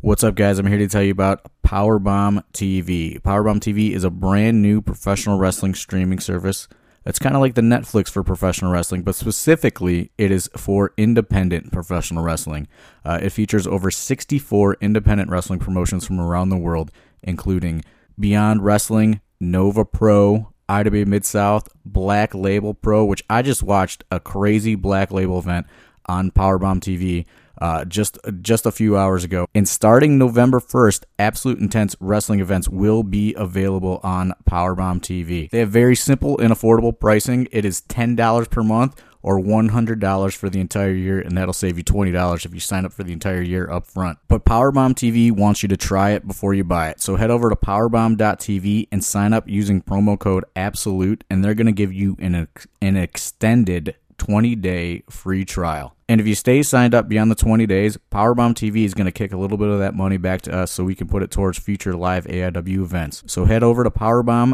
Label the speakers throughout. Speaker 1: What's up, guys? I'm here to tell you about Powerbomb TV. Powerbomb TV is a brand new professional wrestling streaming service. It's kind of like the Netflix for professional wrestling, but specifically, it is for independent professional wrestling. Uh, it features over 64 independent wrestling promotions from around the world, including Beyond Wrestling, Nova Pro, IW Mid South, Black Label Pro, which I just watched a crazy Black Label event on Powerbomb TV uh, just just a few hours ago. And starting November 1st, Absolute Intense wrestling events will be available on Powerbomb TV. They have very simple and affordable pricing. It is $10 per month or $100 for the entire year, and that'll save you $20 if you sign up for the entire year up front. But Powerbomb TV wants you to try it before you buy it. So head over to powerbomb.tv and sign up using promo code ABSOLUTE, and they're going to give you an, ex- an extended 20 day free trial. And if you stay signed up beyond the 20 days, Powerbomb TV is going to kick a little bit of that money back to us so we can put it towards future live AIW events. So head over to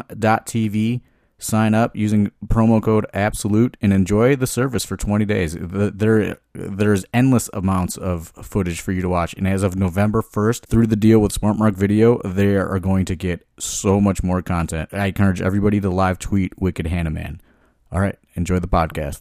Speaker 1: powerbomb.tv, sign up using promo code absolute and enjoy the service for 20 days. The- There there's endless amounts of footage for you to watch and as of November 1st through the deal with SmartMark Video, they are going to get so much more content. I encourage everybody to live tweet Wicked Hanaman. All right, enjoy the podcast.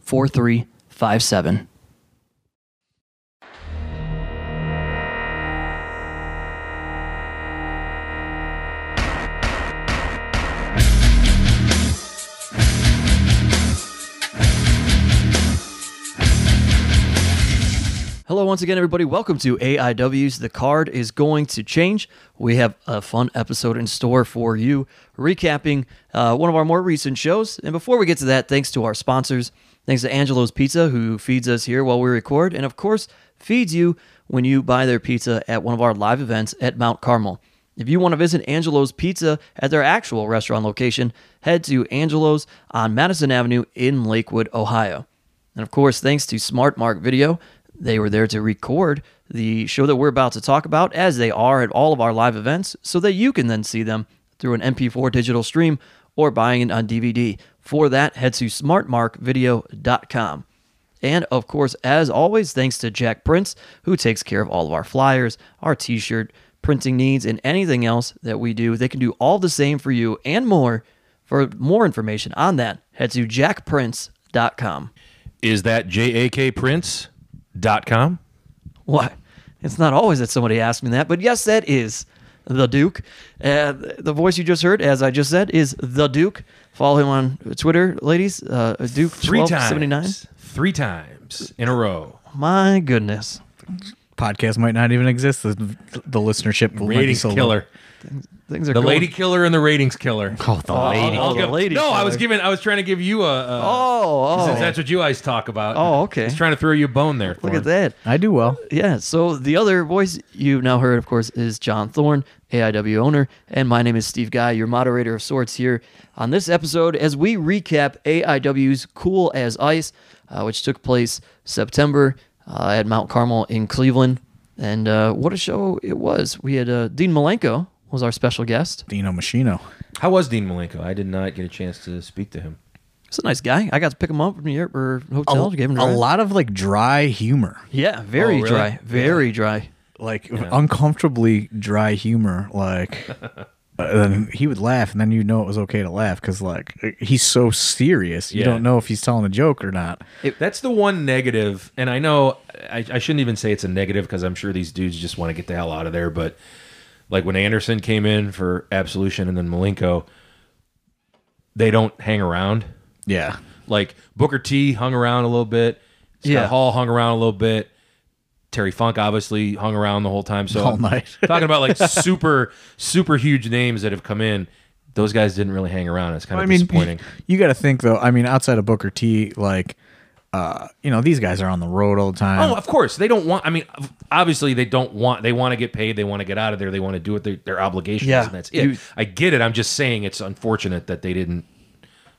Speaker 2: 4357. Hello, once again, everybody. Welcome to AIW's The Card is Going to Change. We have a fun episode in store for you, recapping uh, one of our more recent shows. And before we get to that, thanks to our sponsors. Thanks to Angelo's Pizza, who feeds us here while we record, and of course, feeds you when you buy their pizza at one of our live events at Mount Carmel. If you want to visit Angelo's Pizza at their actual restaurant location, head to Angelo's on Madison Avenue in Lakewood, Ohio. And of course, thanks to Smart Mark Video, they were there to record the show that we're about to talk about, as they are at all of our live events, so that you can then see them through an MP4 digital stream or buying it on DVD. For that, head to smartmarkvideo.com. And of course, as always, thanks to Jack Prince, who takes care of all of our flyers, our t shirt, printing needs, and anything else that we do. They can do all the same for you and more. For more information on that, head to jackprince.com.
Speaker 3: is that jakprince.com?
Speaker 2: What? It's not always that somebody asks me that, but yes, that is the Duke. Uh, the voice you just heard, as I just said, is the Duke. Follow him on Twitter, ladies. Uh, Duke
Speaker 3: Three times.
Speaker 2: twelve seventy nine.
Speaker 3: Three times in a row.
Speaker 2: My goodness,
Speaker 1: podcast might not even exist. The, the listenership will
Speaker 3: Ratings
Speaker 1: might be so low.
Speaker 3: killer.
Speaker 2: things are
Speaker 3: The
Speaker 2: going-
Speaker 3: lady killer and the ratings killer.
Speaker 1: Oh, the lady.
Speaker 2: Oh,
Speaker 3: I'll
Speaker 2: the
Speaker 3: give-
Speaker 2: lady
Speaker 3: no, I was
Speaker 2: killer.
Speaker 3: giving. I was trying to give you a. a
Speaker 2: Oh, oh,
Speaker 3: Since that's what you guys talk about.
Speaker 2: Oh, okay.
Speaker 3: I was trying to throw you a bone there.
Speaker 2: look at that.
Speaker 1: I do well.
Speaker 2: Yeah. So the other voice you've now heard, of course, is John Thorne, AIW owner, and my name is Steve Guy, your moderator of sorts here on this episode as we recap AIW's Cool as Ice, uh, which took place September uh, at Mount Carmel in Cleveland, and uh, what a show it was. We had uh, Dean Malenko was our special guest.
Speaker 1: Dino Machino.
Speaker 3: How was Dean Malenko? I did not get a chance to speak to him.
Speaker 2: He's a nice guy. I got to pick him up from the air- or hotel. gave him a
Speaker 1: a
Speaker 2: ride.
Speaker 1: lot of like dry humor,
Speaker 2: Yeah, very
Speaker 3: Oh, really?
Speaker 2: dry, very dry.
Speaker 1: like uncomfortably dry humor. Like, uh, then he would laugh, and then you know it was okay to laugh because like he's so serious. You
Speaker 3: Yeah.
Speaker 1: don't know if he's telling a joke or not.
Speaker 3: That's the one negative, and I know I, I shouldn't even say it's a negative because I'm sure these dudes just want to get the hell out of there. But Like when Anderson came in for Absolution and then Malenko, they don't hang around.
Speaker 4: Yeah.
Speaker 3: Like Booker T hung around a little bit. Scott
Speaker 2: Yeah.
Speaker 3: Hall hung around a little bit. Terry Funk obviously hung around the whole time. So
Speaker 4: All night.
Speaker 3: talking about like super super huge names that have come in. Those guys didn't really hang around. It's kind of
Speaker 4: I mean,
Speaker 3: disappointing.
Speaker 4: you got to think though. I mean, outside of Booker T, like, uh, you know, these guys are on the road all the time.
Speaker 3: Oh, of course. They don't want. I mean, obviously, they don't want. They want to get paid. They want to get out of there. They want to do what they, their obligation
Speaker 2: Yeah.
Speaker 3: is, and that's it.
Speaker 2: You-
Speaker 3: I get it. I'm just saying it's unfortunate that they didn't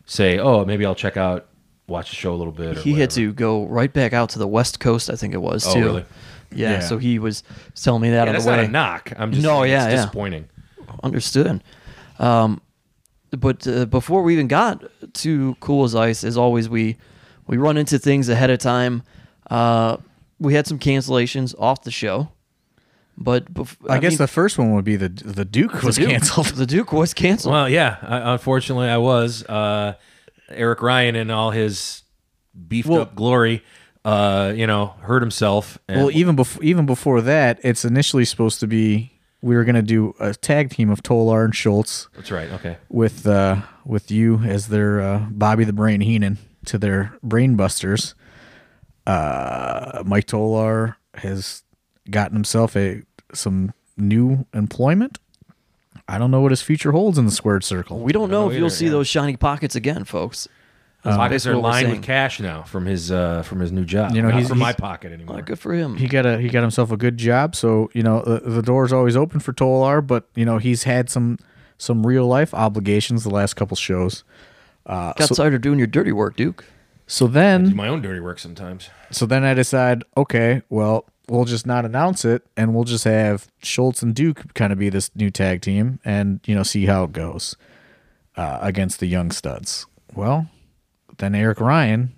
Speaker 3: say, "Oh, maybe I'll check out, watch the show a little bit." Or
Speaker 2: he had
Speaker 3: whatever."
Speaker 2: to go right back out to the West Coast, I think it was
Speaker 3: Oh,
Speaker 2: too.
Speaker 3: really?
Speaker 2: Yeah,
Speaker 4: Yeah.
Speaker 2: so he was telling me that
Speaker 3: Yeah,
Speaker 2: on
Speaker 3: that's
Speaker 2: the way.
Speaker 3: not a knock. I'm just
Speaker 2: No,
Speaker 3: saying
Speaker 2: yeah,
Speaker 3: it's
Speaker 2: yeah.
Speaker 3: disappointing.
Speaker 2: Understood. Um, but uh, before we even got to Cool as Ice, as always, we we run into things ahead of time. Uh, we had some cancellations off the show, but bef-
Speaker 4: I, guess
Speaker 2: mean,
Speaker 4: the first one would be the the Duke was
Speaker 2: the Duke-
Speaker 4: canceled.
Speaker 2: The Duke was canceled.
Speaker 3: Well, yeah. I, unfortunately, I was uh, Eric Ryan and all his beefed up glory. Uh, you know, hurt himself. And,
Speaker 4: Well, even before even before that, it's initially supposed to be we were gonna do a tag team of Tolar and Schultz
Speaker 3: that's right. Okay.
Speaker 4: with uh with you as their uh, Bobby the Brain Heenan to their Brain Busters. Uh, Mike Tolar has gotten himself a some new employment. I don't know what his future holds in the squared circle.
Speaker 2: we don't know,
Speaker 3: know
Speaker 2: if you'll
Speaker 3: either,
Speaker 2: see
Speaker 3: yeah.
Speaker 2: those shiny pockets again, folks. Um, That's
Speaker 3: pockets
Speaker 2: basically
Speaker 3: are
Speaker 2: what we're
Speaker 3: lined
Speaker 2: saying.
Speaker 3: with cash now from his uh, from his new job.
Speaker 4: You
Speaker 3: You
Speaker 4: know,
Speaker 3: know,
Speaker 4: he's-
Speaker 3: not from my
Speaker 4: he's-
Speaker 3: pocket anymore.
Speaker 2: Uh, good for him.
Speaker 4: he got a he got himself a good job. So you know the, the door is always open for Tolar, but you know he's had some some real life obligations the last couple shows.
Speaker 2: Got Uh, tired of doing your dirty work, Duke.
Speaker 4: So then
Speaker 3: Do my own dirty work sometimes.
Speaker 4: so then I decide, okay, well we'll just not announce it, and we'll just have Schultz and Duke kind of be this new tag team, and you know see how it goes uh, against the young studs. Well, then Eric Ryan,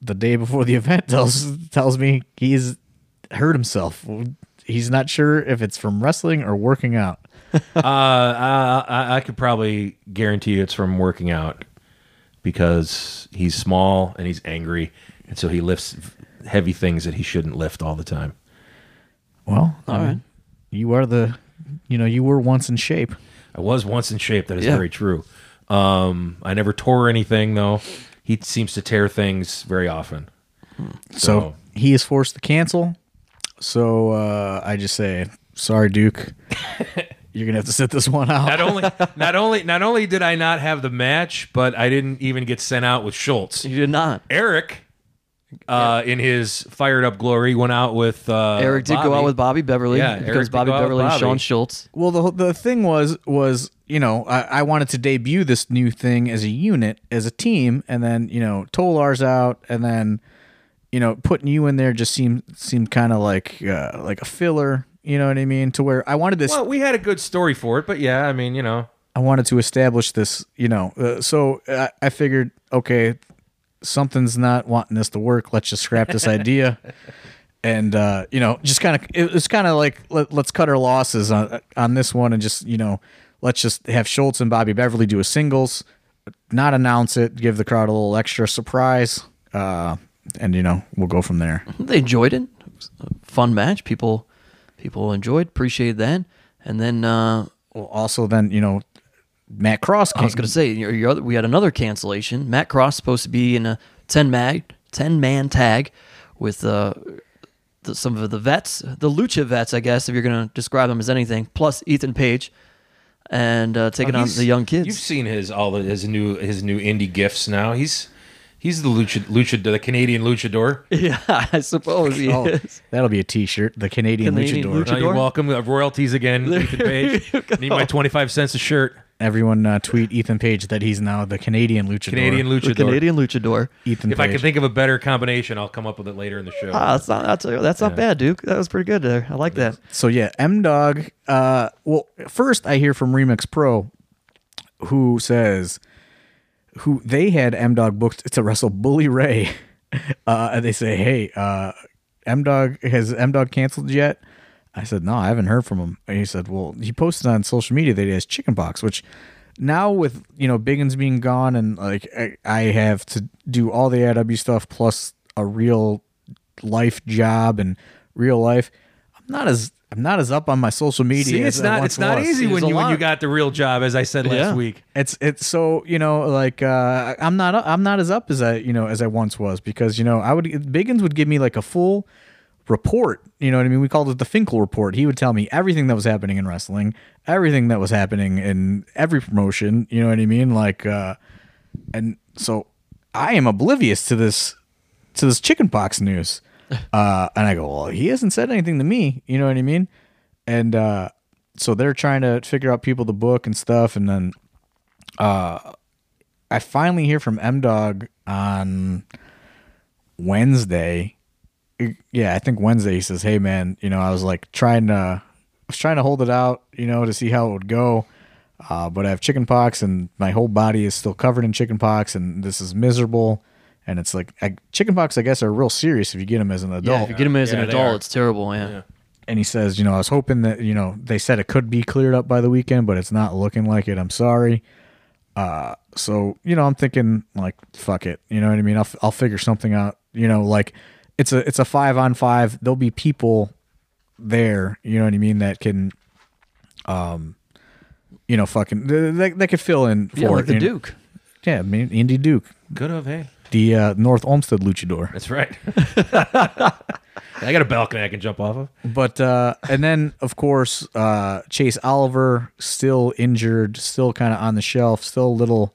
Speaker 4: the day before the event, tells tells me he's hurt himself. He's not sure if it's from wrestling or working out.
Speaker 3: uh, I, I, I could probably guarantee you it's from working out because he's small and he's angry, and so he lifts heavy things that he shouldn't lift all the time.
Speaker 4: Well,
Speaker 2: All
Speaker 4: I mean,
Speaker 2: right.
Speaker 4: you are the, you know, you were once in shape.
Speaker 3: I was once in shape. That is
Speaker 2: Yeah.
Speaker 3: very true. Um, I never tore anything though. He seems to tear things very often.
Speaker 4: So he is forced to cancel. So uh, I just say, sorry, Duke. You're gonna have to sit this one out.
Speaker 3: not only not only not only did I not have the match, but I didn't even get sent out with Schultz.
Speaker 2: You did not.
Speaker 3: Eric, uh, in his fired up glory, went out with uh,
Speaker 2: Eric did go out with Bobby Beverly
Speaker 3: Yeah, Eric
Speaker 2: because
Speaker 3: did
Speaker 2: Bobby
Speaker 3: go out with
Speaker 2: Beverly and
Speaker 3: Bobby.
Speaker 2: Sean Schultz.
Speaker 4: Well, the the thing was was you know I, I wanted to debut this new thing as a unit as a team, and then you know Tolar's out, and then you know putting you in there just seemed seemed kind of like uh, like a filler. You know what I mean? To where I wanted this
Speaker 3: Well, we had a good story for it, but yeah, I mean, you know,
Speaker 4: I wanted to establish this, you know. Uh, so I, I figured, okay, something's not wanting this to work. Let's just scrap this idea, and uh, you know, just kind of it was kind of like let, let's cut our losses on on this one, and just you know, let's just have Schultz and Bobby Beverly do a singles, not announce it, give the crowd a little extra surprise, uh, and you know, we'll go from there.
Speaker 2: They enjoyed it. It was a fun match. People people enjoyed, appreciated that. And then uh,
Speaker 4: Well, also, then you know, Matt Cross.
Speaker 2: I was going to say, your, your other, we had another cancellation. Matt Cross supposed to be in a 10 mag, 10 man tag with uh, the, some of the vets, the lucha vets, I guess, if you're going to describe them as anything, plus Ethan Page and uh, taking on
Speaker 3: He's-
Speaker 2: the young kids.
Speaker 3: You've seen his all of his new his new indie gifts now. He's he's the lucha, lucha the Canadian luchador.
Speaker 2: yeah, I suppose he
Speaker 4: Oh,
Speaker 2: is.
Speaker 4: that'll be a T-shirt. The Canadian,
Speaker 2: Canadian
Speaker 4: Luchador.
Speaker 2: luchador.
Speaker 3: Now you're welcome. We have royalties again. Ethan Page. Need my twenty five cents a shirt.
Speaker 4: Everyone uh, tweet Ethan Page that he's now the Canadian luchador.
Speaker 3: Canadian
Speaker 2: The
Speaker 3: luchador.
Speaker 2: Canadian luchador.
Speaker 4: Ethan
Speaker 3: if
Speaker 4: Page.
Speaker 3: I can think of a better combination, I'll come up with it later in the show.
Speaker 2: Ah, that's not, that's, that's not bad, Duke. That was pretty good there. I like that.
Speaker 4: so yeah, M Dog. Uh, well, first I hear from Remix Pro, who says, who they had M Dog booked to wrestle Bully Ray, uh, and they say, hey, uh, M Dog has M Dog canceled yet? I said, no, I haven't heard from him. And he said, well, he posted on social media that he has chickenpox, which now with you know Biggins being gone and like I, I have to do all the AW stuff plus a real life job and real life, I'm not as I'm not as up on my social media.
Speaker 3: See,
Speaker 4: as
Speaker 3: it's
Speaker 4: I
Speaker 3: not
Speaker 4: once
Speaker 3: it's not
Speaker 4: was.
Speaker 3: easy
Speaker 2: There's
Speaker 3: when
Speaker 2: a
Speaker 3: you when
Speaker 2: lot.
Speaker 3: you got the real job, as I said last
Speaker 2: Yeah.
Speaker 3: week.
Speaker 4: It's it's so you know like uh, I'm not I'm not as up as I you know as I once was because you know I would Biggins would give me like a full report you know what I mean we called it the Finkel report he would tell me everything that was happening in wrestling everything that was happening in every promotion you know what I mean like uh, and so I am oblivious to this to this chickenpox news uh, and I go well he hasn't said anything to me you know what I mean and uh, so they're trying to figure out people to book and stuff and then I finally hear from M Dog on Wednesday. E, Yeah, I think Wednesday he says, "Hey man, you know, I was like trying to, I was trying to hold it out, you know, to see how it would go, uh, but I have chicken pox and my whole body is still covered in chicken pox, and this is miserable." And it's like I, chicken pox, I guess, are real serious if you get them as an adult
Speaker 2: Yeah, if you get him as
Speaker 3: Yeah,
Speaker 2: an
Speaker 3: they
Speaker 2: adult,
Speaker 3: are.
Speaker 2: it's terrible. Yeah.
Speaker 4: and he says, you know, I was hoping that, you know, they said it could be cleared up by the weekend, but it's not looking like it. I'm sorry. Uh, so, you know, I'm thinking like, fuck it. You know what I mean? I'll, f- I'll figure something out, you know, like it's a, it's a five on five. There'll be people there, you know what I mean? That can, um, you know, fucking, that, that could fill in for
Speaker 2: Yeah, like
Speaker 4: it,
Speaker 2: the
Speaker 4: you know?
Speaker 2: Duke.
Speaker 4: Yeah. I mean, Indy Duke,
Speaker 3: Good of hey.
Speaker 4: the, uh, North Olmsted luchador.
Speaker 3: That's right. I got a balcony I can jump off of.
Speaker 4: But uh, and then of course uh, Chase Oliver still injured, still kind of on the shelf, still a little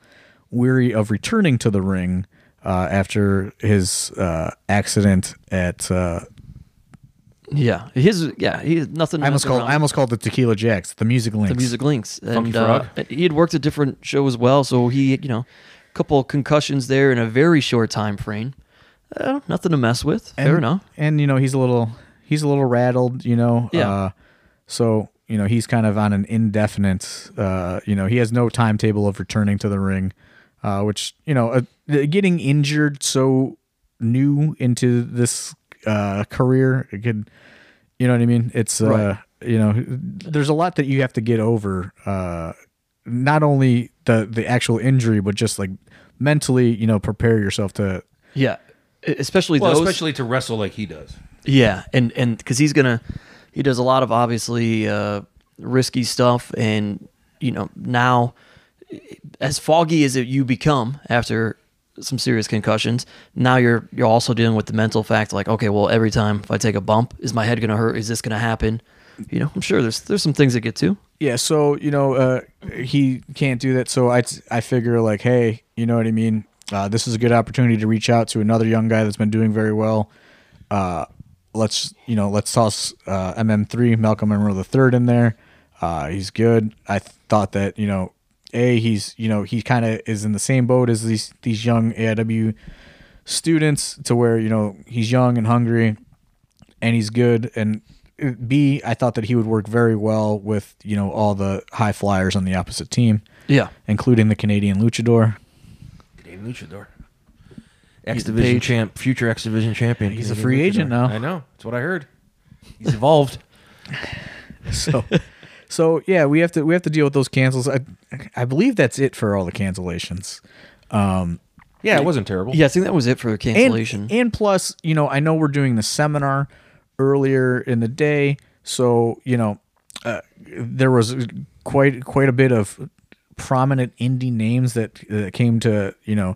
Speaker 4: weary of returning to the ring uh, after his uh, accident at uh,
Speaker 2: Yeah, his yeah, he nothing.
Speaker 4: I almost
Speaker 2: nothing
Speaker 4: called
Speaker 2: wrong
Speaker 4: I almost called it Tequila Jacks, the music links.
Speaker 2: with the music links, and
Speaker 3: Funky
Speaker 2: uh,
Speaker 3: Frog.
Speaker 2: he had worked a different show as well. So he, you know, a couple concussions there in a very short time frame. Uh, nothing to mess with.
Speaker 4: and,
Speaker 2: Fair enough.
Speaker 4: And you know he's a little he's a little rattled, you know.
Speaker 2: Yeah.
Speaker 4: Uh, so you know he's kind of on an indefinite. Uh, you know he has no timetable of returning to the ring, uh, which you know uh, getting injured so new into this uh, career it could, you know what I mean. It's uh,
Speaker 2: Right.
Speaker 4: you know there's a lot that you have to get over. Uh, not only the the actual injury, but just like mentally, you know, prepare yourself to
Speaker 2: Yeah, E- especially
Speaker 3: Well,
Speaker 2: those.
Speaker 3: especially to wrestle like he does.
Speaker 2: yeah, and and because he's gonna, he does a lot of obviously uh, risky stuff, and you know now, as foggy as you become after some serious concussions, now you're you're also dealing with the mental fact, like okay, well every time if I take a bump, is my head gonna hurt? Is this gonna happen? You know, I'm sure there's there's some things that get to.
Speaker 4: Yeah, so you know, uh, he can't do that. So I, I figure like, hey, you know what I mean? Uh, this is a good opportunity to reach out to another young guy that's been doing very well. Uh, let's you know, let's toss uh, MM3 Malcolm Monroe the third in there. Uh, he's good. I th- thought that you know, a he's you know he kind of is in the same boat as these these young AIW students to where you know he's young and hungry and he's good and b i thought that he would work very well with you know all the high flyers on the opposite team
Speaker 2: Yeah,
Speaker 4: including the canadian luchador
Speaker 3: Dave Luchador. X
Speaker 2: He's the
Speaker 3: Division
Speaker 2: page.
Speaker 3: champ, future X Division champion.
Speaker 4: He's a
Speaker 3: Canadian
Speaker 4: free agent now.
Speaker 3: I know. That's what I heard. He's evolved.
Speaker 4: so so yeah we have to we have to deal with those cancels i i believe that's it for all the cancellations Um,
Speaker 3: yeah, it wasn't terrible.
Speaker 2: yeah, I think that was it for the cancellation.
Speaker 4: And, and plus, you know, I know we're doing the seminar earlier in the day, so you know, uh, there was quite quite a bit of prominent indie names that that came to you know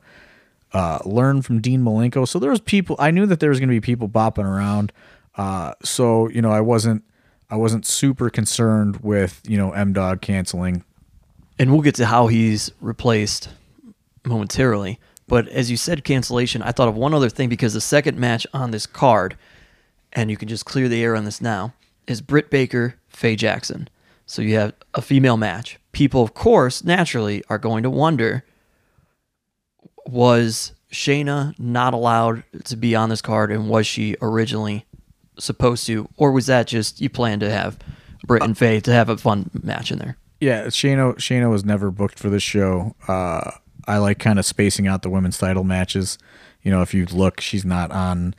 Speaker 4: uh, learn from Dean Malenko. So there was people I knew that there was going to be people bopping around. Uh, so you know, I wasn't I wasn't super concerned with you know M Dog canceling.
Speaker 2: and we'll get to how he's replaced momentarily. But as you said, cancellation, I thought of one other thing because the second match on this card, and you can just clear the air on this now, is Britt Baker, Faye Jackson. So you have a female match. People, of course, naturally are going to wonder was Shayna not allowed to be on this card, and was she originally supposed to, or was that just you planned to have Britt and Faye to have a fun match in there?
Speaker 4: Yeah, Shayna Shayna was never booked for this show. Uh, I like kind of spacing out the women's title matches. You know, if you look, she's not on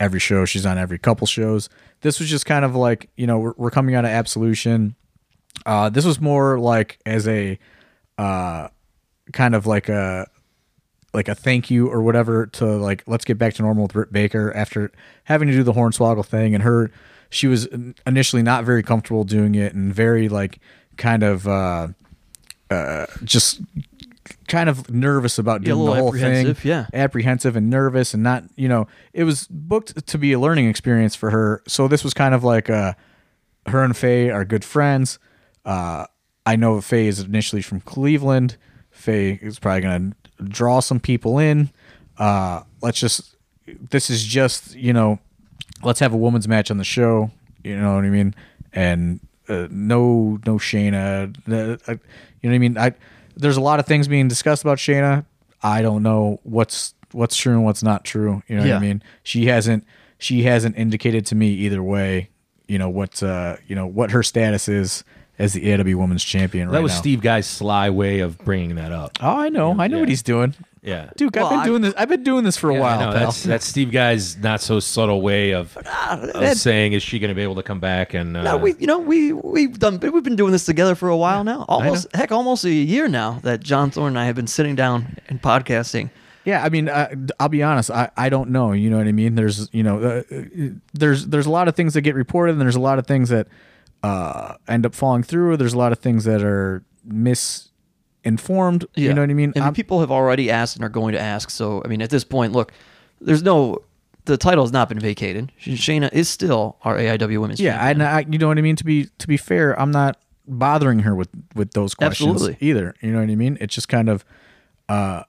Speaker 4: every show. She's on every couple shows. This was just kind of like you know we're, we're coming out of Absolution. Uh, this was more like as a uh, kind of like a like a thank you or whatever to like let's get back to normal with Britt Baker after having to do the hornswoggle thing and her she was initially not very comfortable doing it and very like kind of uh, uh, just kind of nervous about
Speaker 2: Yeah, a
Speaker 4: doing the
Speaker 2: little
Speaker 4: whole thing.
Speaker 2: apprehensive, yeah.
Speaker 4: Apprehensive and nervous and not, you know, it was booked to be a learning experience for her. So this was kind of like uh her and Faye are good friends. Uh I know Faye is initially from Cleveland. Faye is probably gonna draw some people in. Uh let's just this is just, you know, let's have a woman's match on the show. You know what I mean? And uh, no, no Shayna. Uh, I- you know what I mean? I there's a lot of things being discussed about Shayna. I don't know what's what's true and what's not true. You know what
Speaker 2: Yeah.
Speaker 4: I mean? She hasn't she hasn't indicated to me either way. You know what? Uh, you know what her status is as the AEW Women's Champion right
Speaker 3: that was
Speaker 4: now.
Speaker 3: Steve Guy's sly way of bringing that up.
Speaker 4: Oh, I know, I know what
Speaker 3: Yeah.
Speaker 4: he's doing.
Speaker 3: Yeah.
Speaker 4: Dude,
Speaker 2: Well,
Speaker 4: I've been
Speaker 2: I-
Speaker 4: doing this. I've been doing this for a while.
Speaker 3: I know,
Speaker 4: pal.
Speaker 3: that's uh, that's Steve Guy's not so subtle way of, of saying is she going to be able to come back and uh,
Speaker 2: No, we you know we we've done we've been doing this together for a while now. Almost heck, almost a year now that John Thorne and I have been sitting down and podcasting.
Speaker 4: Yeah, I mean, I, I'll be honest. I, I don't know. You know what I mean? There's you know, uh, there's there's a lot of things that get reported, and there's a lot of things that uh, end up falling through. There's a lot of things that are misinformed. You know what I mean?
Speaker 2: And
Speaker 4: I'm-
Speaker 2: people have already asked and are going to ask. So I mean, at this point, look, there's no the title has not been vacated. Sh- Shayna is still our AIW Women's
Speaker 4: yeah,
Speaker 2: Champion.
Speaker 4: and I, you know what I mean. To be to be fair, I'm not bothering her with with those questions
Speaker 2: Absolutely.
Speaker 4: either. You know what I mean? It's just kind of, uh,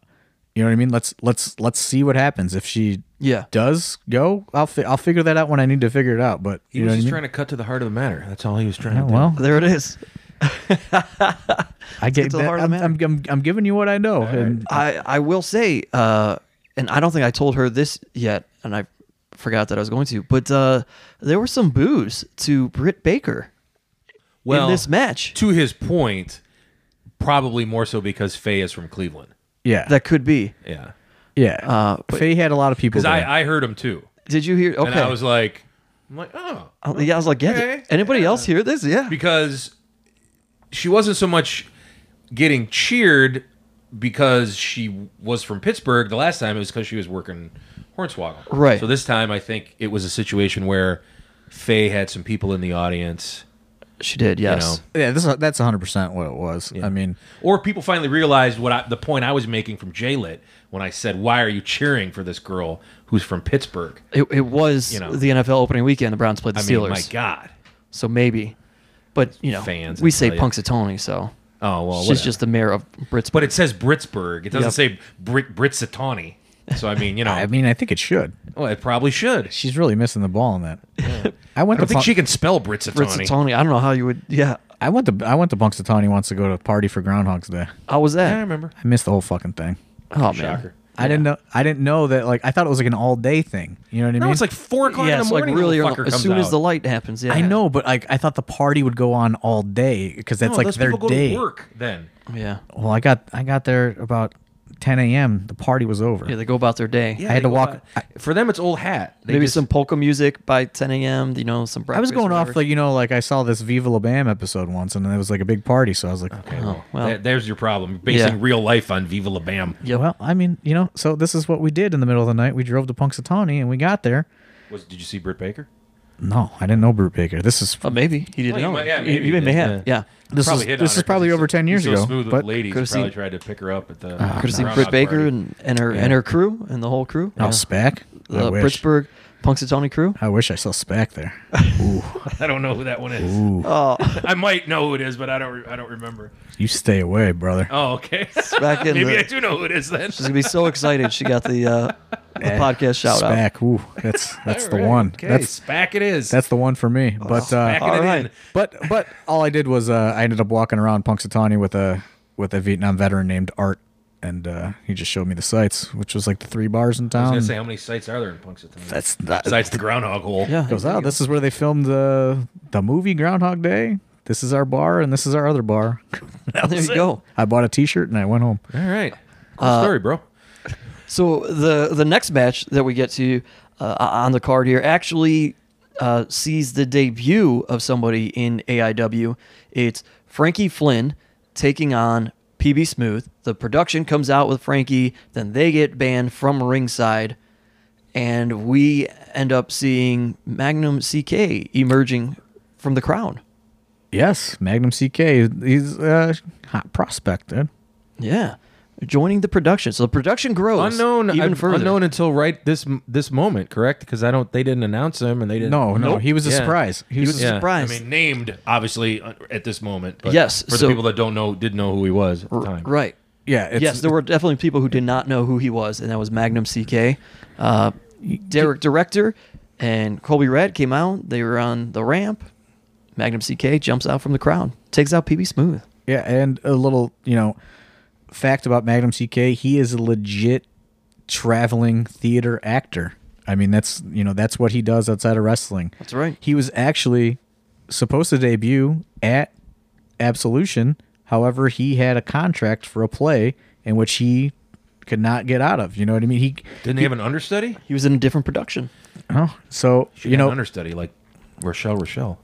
Speaker 4: you know what I mean. Let's let's let's see what happens if she
Speaker 2: Yeah.
Speaker 4: does go. I'll fi- I'll figure that out when I need to figure it out. But
Speaker 3: he
Speaker 4: you know
Speaker 3: was
Speaker 4: what I
Speaker 3: just
Speaker 4: mean?
Speaker 3: trying to cut to the heart of the matter. That's all he was trying to do.
Speaker 4: well,
Speaker 2: There it is.
Speaker 4: I get
Speaker 2: to the
Speaker 4: that.
Speaker 2: heart of
Speaker 4: I'm,
Speaker 2: the
Speaker 4: I'm, I'm, I'm giving you what I know. And
Speaker 2: I, I will say, uh, and I don't think I told her this yet, and I forgot that I was going to, but uh, there were some boos to Britt Baker
Speaker 3: Well,
Speaker 2: in this match.
Speaker 3: to his point, probably more so because Faye is from Cleveland.
Speaker 4: yeah,
Speaker 2: That could be.
Speaker 3: Yeah,
Speaker 4: yeah.
Speaker 2: uh, but-
Speaker 4: Faye had a lot of people.
Speaker 3: because
Speaker 4: there.
Speaker 3: I, I heard him too,
Speaker 2: Did you hear? Okay.
Speaker 3: and I was like, I'm like, oh,
Speaker 2: Oh, yeah, I was like, yeah.
Speaker 3: Okay.
Speaker 2: Anybody else hear this? Yeah.
Speaker 3: because she wasn't so much getting cheered because she was from Pittsburgh the last time it was because she was working Hornswoggle.
Speaker 2: Right.
Speaker 3: So this time I think it was a situation where Faye had some people in the audience,
Speaker 2: She did. Yes.
Speaker 3: you know.
Speaker 4: yeah, this is, that's 100 percent what it was. I mean,
Speaker 3: Or people finally realized what I, the point I was making from J-Lit when I said, "Why are you cheering for this girl who's from Pittsburgh?"
Speaker 2: It, it was
Speaker 3: You know.
Speaker 2: the NFL opening weekend. The Browns played the
Speaker 3: I
Speaker 2: Steelers.
Speaker 3: mean, my God.
Speaker 2: So maybe, but you know,
Speaker 3: Fans,
Speaker 2: we
Speaker 3: I
Speaker 2: say
Speaker 3: tell ya.
Speaker 2: Punxsutawney, so
Speaker 3: Oh well,
Speaker 2: she's
Speaker 3: whatever.
Speaker 2: just the mayor of Brits.
Speaker 3: But it says Britsburg. It doesn't
Speaker 2: Yep.
Speaker 3: say Brit Britsitani. So I mean, you know,
Speaker 4: I mean, I think it should.
Speaker 3: well, it probably should.
Speaker 4: She's really missing the ball on that. I
Speaker 3: I
Speaker 4: went
Speaker 3: don't
Speaker 4: to
Speaker 3: think
Speaker 4: Punk-
Speaker 3: she can spell Britsitani.
Speaker 2: Punxsutawney. I don't know how you would. Yeah.
Speaker 4: I went to I went to Punxsutawney once to go to a party for Groundhog's Day.
Speaker 2: How was
Speaker 3: I
Speaker 2: that?
Speaker 3: remember.
Speaker 4: I missed the whole fucking thing.
Speaker 2: Oh man.
Speaker 3: Shocker.
Speaker 4: I didn't know. I didn't know that. Like, I thought it was like an all day thing. You know what I mean?
Speaker 3: No, it's like four o'clock
Speaker 2: Yeah,
Speaker 3: in
Speaker 2: it's
Speaker 3: the
Speaker 2: like
Speaker 3: morning. the
Speaker 2: really early,
Speaker 3: fucker
Speaker 2: as
Speaker 3: comes
Speaker 2: soon as
Speaker 3: out.
Speaker 2: the light happens. Yeah.
Speaker 4: I know, but like I thought the party would go on all day because that's
Speaker 3: No,
Speaker 4: like
Speaker 3: those
Speaker 4: their
Speaker 3: people go
Speaker 4: day.
Speaker 3: to work then.
Speaker 2: Yeah.
Speaker 4: Well, I got I got there about 10 a.m. The party was over.
Speaker 2: Yeah. They go about their day.
Speaker 4: I had
Speaker 3: they
Speaker 4: to
Speaker 3: go
Speaker 4: walk-
Speaker 3: out. for them, it's old hat. They
Speaker 2: Maybe
Speaker 3: just-
Speaker 2: some polka music by 10 a.m. You know, some breakfast.
Speaker 4: I was going
Speaker 2: or
Speaker 4: off
Speaker 2: whatever.
Speaker 4: like you know, like I saw this Viva La Bam episode once, and it was like a big party. So I was like, "Oh,
Speaker 3: Okay, well,
Speaker 2: well.
Speaker 3: there- there's your problem. You're basing
Speaker 2: Yeah.
Speaker 3: real life on Viva La Bam.
Speaker 4: yeah, well, I mean, you know, so this is what we did in the middle of the night. We drove to Punxsutawney, and we got there.
Speaker 3: Was did you see Britt Baker?
Speaker 4: No, I didn't know Brute Baker. This is
Speaker 2: Oh, maybe he didn't
Speaker 3: Well, you
Speaker 2: know.
Speaker 3: might-
Speaker 2: it.
Speaker 3: yeah,
Speaker 2: He-
Speaker 3: maybe
Speaker 2: he
Speaker 3: he
Speaker 2: may
Speaker 3: did,
Speaker 2: have. Yeah.
Speaker 3: yeah.
Speaker 4: this
Speaker 3: Probably
Speaker 4: is
Speaker 3: hit
Speaker 4: this
Speaker 3: on
Speaker 4: is
Speaker 3: her 'cause
Speaker 4: probably
Speaker 3: he's
Speaker 4: over
Speaker 3: so-
Speaker 4: ten years
Speaker 3: he's so
Speaker 4: ago.
Speaker 3: Smooth with
Speaker 4: but Uh,
Speaker 3: ladies,
Speaker 2: Could've
Speaker 3: He probably
Speaker 2: seen-
Speaker 3: tried to pick her up at the.
Speaker 2: Could have seen
Speaker 3: roundhouse
Speaker 2: Britt Baker
Speaker 3: party.
Speaker 2: and, and her and her crew and the whole crew.
Speaker 4: oh,
Speaker 2: Yeah.
Speaker 4: SPAC. I
Speaker 2: the
Speaker 4: wish.
Speaker 2: Pittsburgh Punxsutawney crew.
Speaker 4: I wish I saw SPAC there.
Speaker 3: I don't know who that one is. I might know who it is, but I don't. Re- I don't remember.
Speaker 4: You stay away, brother.
Speaker 3: Oh, okay.
Speaker 2: Back in
Speaker 3: Maybe
Speaker 2: the-
Speaker 3: I do know who it is then.
Speaker 2: She's gonna be so excited. She got the uh, the podcast shout out.
Speaker 4: SPAC. Ooh, that's that's the
Speaker 3: All right,
Speaker 4: one.
Speaker 3: Okay, Oh,
Speaker 4: That's
Speaker 3: back. It is.
Speaker 4: that's the one for me. but uh,
Speaker 3: Back it
Speaker 2: all right.
Speaker 3: in.
Speaker 4: But but all I did was uh, I ended up walking around Punxsutawney with a with a Vietnam veteran named Art, and uh, he just showed me the sites, which was like the three bars
Speaker 3: I
Speaker 4: in
Speaker 3: was
Speaker 4: town.
Speaker 3: gonna say how many sites are there in Punxsutawney?
Speaker 4: That's not,
Speaker 3: Besides the groundhog hole.
Speaker 2: Yeah,
Speaker 4: goes out. This is where they filmed the the movie Groundhog Day. This is our bar, and this is our other bar.
Speaker 2: there you go.
Speaker 4: I bought a T-shirt and I went home.
Speaker 3: All right. Cool story, bro.
Speaker 2: So the the next match that we get to uh, on the card here actually uh, sees the debut of somebody in AIW. It's Frankie Flynn taking on PB Smooth. The production comes out with Frankie, then they get banned from ringside, and we end up seeing Magnum CK emerging from the crown.
Speaker 4: Yes, Magnum CK. He's a hot prospect, dude.
Speaker 2: Yeah, joining the production. So the production grows
Speaker 3: unknown,
Speaker 2: even
Speaker 3: I-
Speaker 2: further.
Speaker 3: unknown until right this m- this moment, correct? Because I don't, they didn't announce him, and they didn't.
Speaker 4: No, no,
Speaker 3: Nope.
Speaker 4: he was a
Speaker 3: Yeah.
Speaker 4: surprise. He was,
Speaker 2: was a
Speaker 4: a
Speaker 2: Yeah. surprise.
Speaker 3: I mean, named obviously uh, at this moment. But
Speaker 2: Yes,
Speaker 3: for
Speaker 2: so-
Speaker 3: the people that don't know, didn't know who he was at the time.
Speaker 2: Right.
Speaker 4: yeah. It's,
Speaker 2: yes, there were definitely people who did not know who he was, and that was Magnum CK. Uh, Derek Director and Colby Red came out. They were on the ramp. Magnum CK jumps out from the crowd, takes out PB Smooth.
Speaker 4: Yeah, and a little, you know, fact about Magnum CK, he is a legit traveling theater actor. I mean, that's, you know, that's what he does outside of wrestling.
Speaker 2: That's right.
Speaker 4: He was actually supposed to debut at Absolution. However, he had a contract for a play in which he could not get out of. You know what I mean? He
Speaker 3: Didn't they have an understudy?
Speaker 2: He was in a different production.
Speaker 4: oh, so
Speaker 3: Should
Speaker 4: you
Speaker 3: have
Speaker 4: know
Speaker 3: an understudy like Rochelle Rochelle.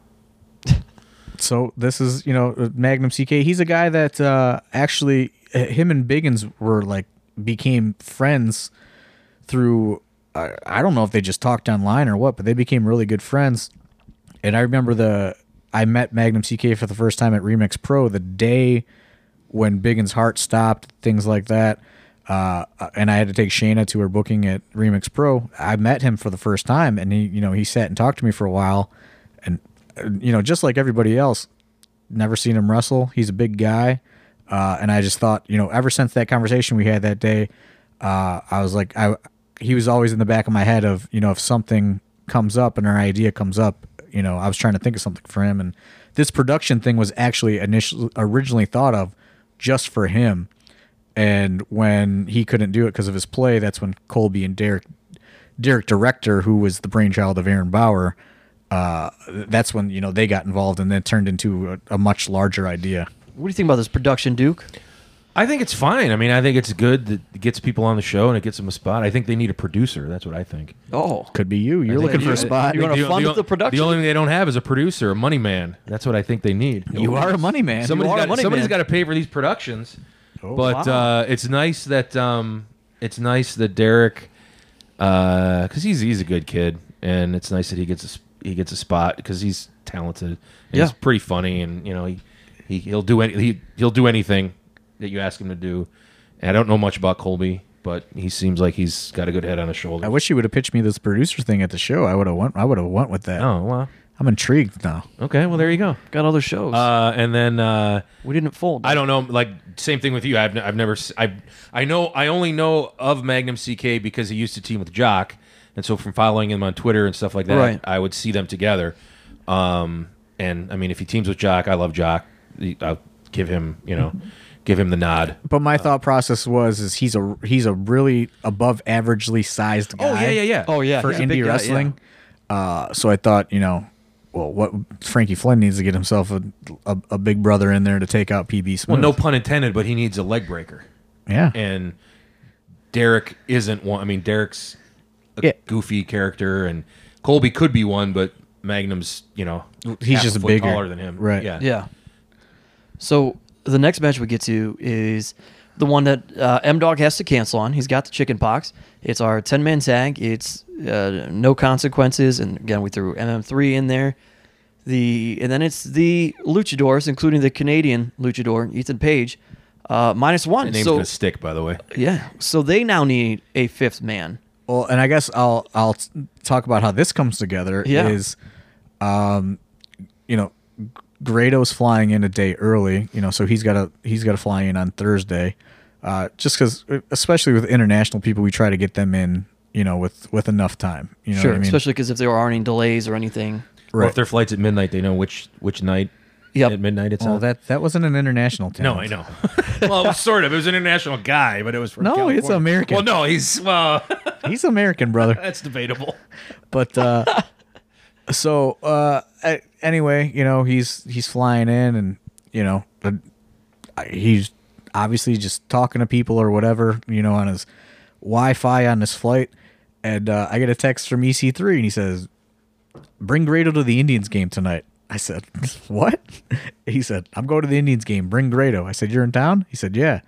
Speaker 4: so this is you know uh, Magnum CK. He's a guy that uh, actually h- him and Biggins were like became friends through. I, I don't know if they just talked online or what, but they became really good friends. And I remember the I met Magnum CK for the first time at Remix Pro the day when Biggins' heart stopped, things like that. Uh, and I had to take Shayna to her booking at Remix Pro. I met him for the first time, and he, you know, he sat and talked to me for a while, and uh, you know, just like everybody else, never seen him wrestle. He's a big guy, uh, and I just thought, you know, ever since that conversation we had that day, uh, I was like, I he was always in the back of my head of, you know, if something comes up and our idea comes up, you know, I was trying to think of something for him, and this production thing was actually initially originally thought of just for him. And when he couldn't do it because of his play, that's when Colby and Derek, Derek Director, who was the brainchild of Aaron Bauer, uh, that's when you know they got involved, and then it turned into a, a much larger idea.
Speaker 2: What do you think about this production, Duke?
Speaker 3: I think it's fine. I mean, I think it's good that it gets people on the show and it gets them a spot. I think they need a producer. That's what I think.
Speaker 2: Oh,
Speaker 4: Could be you. You're looking for a spot.
Speaker 2: you wanna fund the production?
Speaker 3: The only thing they don't have is a producer, a money man. That's what I think they need.
Speaker 4: You are a money man.
Speaker 3: Somebody's
Speaker 2: are a
Speaker 3: got
Speaker 2: money
Speaker 3: somebody's
Speaker 2: man.
Speaker 3: got to pay for these productions.
Speaker 4: Oh,
Speaker 3: but
Speaker 2: wow.
Speaker 3: uh, it's nice that um, it's nice that Derek, because he's he's a good kid, and it's nice that he gets a, s- he gets a spot because he's talented. And
Speaker 2: Yeah.
Speaker 3: he's pretty funny, and you know he, he he'll do any he, he'll do anything that you ask him to do. And I don't know much about Colby, but he seems like he's got a good head on his shoulder.
Speaker 4: I wish you would have pitched me this producer thing at the show. I would have went. I would have went with that.
Speaker 3: oh wow,
Speaker 4: I'm intrigued now.
Speaker 3: okay, well there you go.
Speaker 2: got other shows.
Speaker 3: Uh, and then uh,
Speaker 2: we didn't fold.
Speaker 3: I don't know. Like same thing with you. I've, n- I've never. s- I I know. I only know of Magnum CK because he used to team with Jock, and so from following him on Twitter and stuff like that,
Speaker 2: Right.
Speaker 3: I would see them together. Um, and I mean, if he teams with Jock, I love Jock. He- I'll give him, you know, give him the nod.
Speaker 4: But
Speaker 2: Uh,
Speaker 4: my thought process was is he's a he's a really above averagely sized guy.
Speaker 2: Oh yeah,
Speaker 4: for
Speaker 2: he's a big
Speaker 4: indie
Speaker 2: guy, yeah.
Speaker 4: wrestling. Uh, so I thought, you know, well, what Frankie Flynn needs to get himself a, a, a big brother in there to take out PB Smith.
Speaker 3: Well, no pun intended, but he needs a leg breaker,
Speaker 4: yeah,
Speaker 3: and Derek isn't one. I mean, Derek's a
Speaker 4: Yeah.
Speaker 3: goofy character, and Colby could be one, but Magnum's, you know,
Speaker 4: He's
Speaker 3: half
Speaker 4: just
Speaker 3: a foot
Speaker 4: bigger.
Speaker 3: taller than him,
Speaker 4: Right.
Speaker 3: Yeah.
Speaker 2: Yeah. So the next match we get to is the one that uh, M Dog has to cancel on. He's got the chicken pox. It's our ten man tag. It's uh, no consequences, and again we threw MM3 in there. The and then it's the luchadors, including the Canadian luchador Ethan Page, uh, minus one.
Speaker 3: The name's
Speaker 2: so
Speaker 3: gonna stick, by the way.
Speaker 2: yeah, so they now need a fifth man.
Speaker 4: Well, and I guess I'll I'll t- talk about how this comes together.
Speaker 2: Yeah.
Speaker 4: Is, um, you know, G- Grado's flying in a day early. You know, so he's got to he's got to fly in on Thursday, uh, just because especially with international people, we try to get them in. You know, with with enough time. You know
Speaker 2: sure,
Speaker 4: what I mean?
Speaker 2: especially because if there are any delays or anything.
Speaker 3: Or if
Speaker 4: right.
Speaker 3: their flight's at midnight, they know which which night.
Speaker 2: Yep.
Speaker 3: At midnight, it's
Speaker 4: Well,
Speaker 3: on.
Speaker 4: that that wasn't an international.
Speaker 3: No,
Speaker 4: talent.
Speaker 3: I know. well, it was sort of. It was an international guy, but it was from
Speaker 4: No,
Speaker 3: California.
Speaker 4: it's American.
Speaker 3: Well, no, he's well.
Speaker 4: He's American, brother.
Speaker 3: that's debatable.
Speaker 4: but uh so uh a- anyway you know he's he's flying in and you know the- I- he's obviously just talking to people or whatever you know on his wi-fi on his flight and uh, i get a text from ec3 and he says bring grado to the indians game tonight i said what he said i'm going to the indians game bring grado i said you're in town he said yeah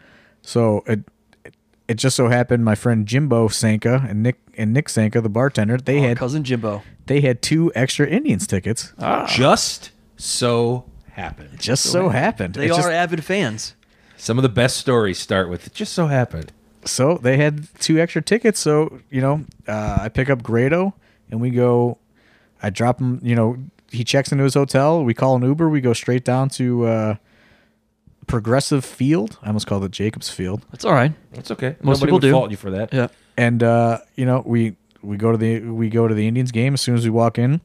Speaker 4: so it it just so happened my friend Jimbo Sanka and Nick and Nick Sanka, the bartender, they
Speaker 2: Our
Speaker 4: had
Speaker 2: cousin Jimbo.
Speaker 4: they had two extra Indians tickets.
Speaker 3: Just so happened.
Speaker 4: just so happened.
Speaker 2: They
Speaker 4: It's
Speaker 2: are
Speaker 4: just-
Speaker 2: avid fans.
Speaker 3: Some of the best stories start with just so happened.
Speaker 4: so they had two extra tickets. So you know, uh, I pick up Grado and we go. I drop him. You know, he checks into his hotel. We call an Uber. We go straight down to uh, Progressive Field. I almost called it Jacobs Field.
Speaker 2: That's all right.
Speaker 3: It's okay.
Speaker 2: Most
Speaker 3: Nobody
Speaker 2: people
Speaker 3: would
Speaker 2: do.
Speaker 3: fault you for that.
Speaker 2: Yeah.
Speaker 4: and uh, you know we we go to the we go to the Indians game as soon as we walk in.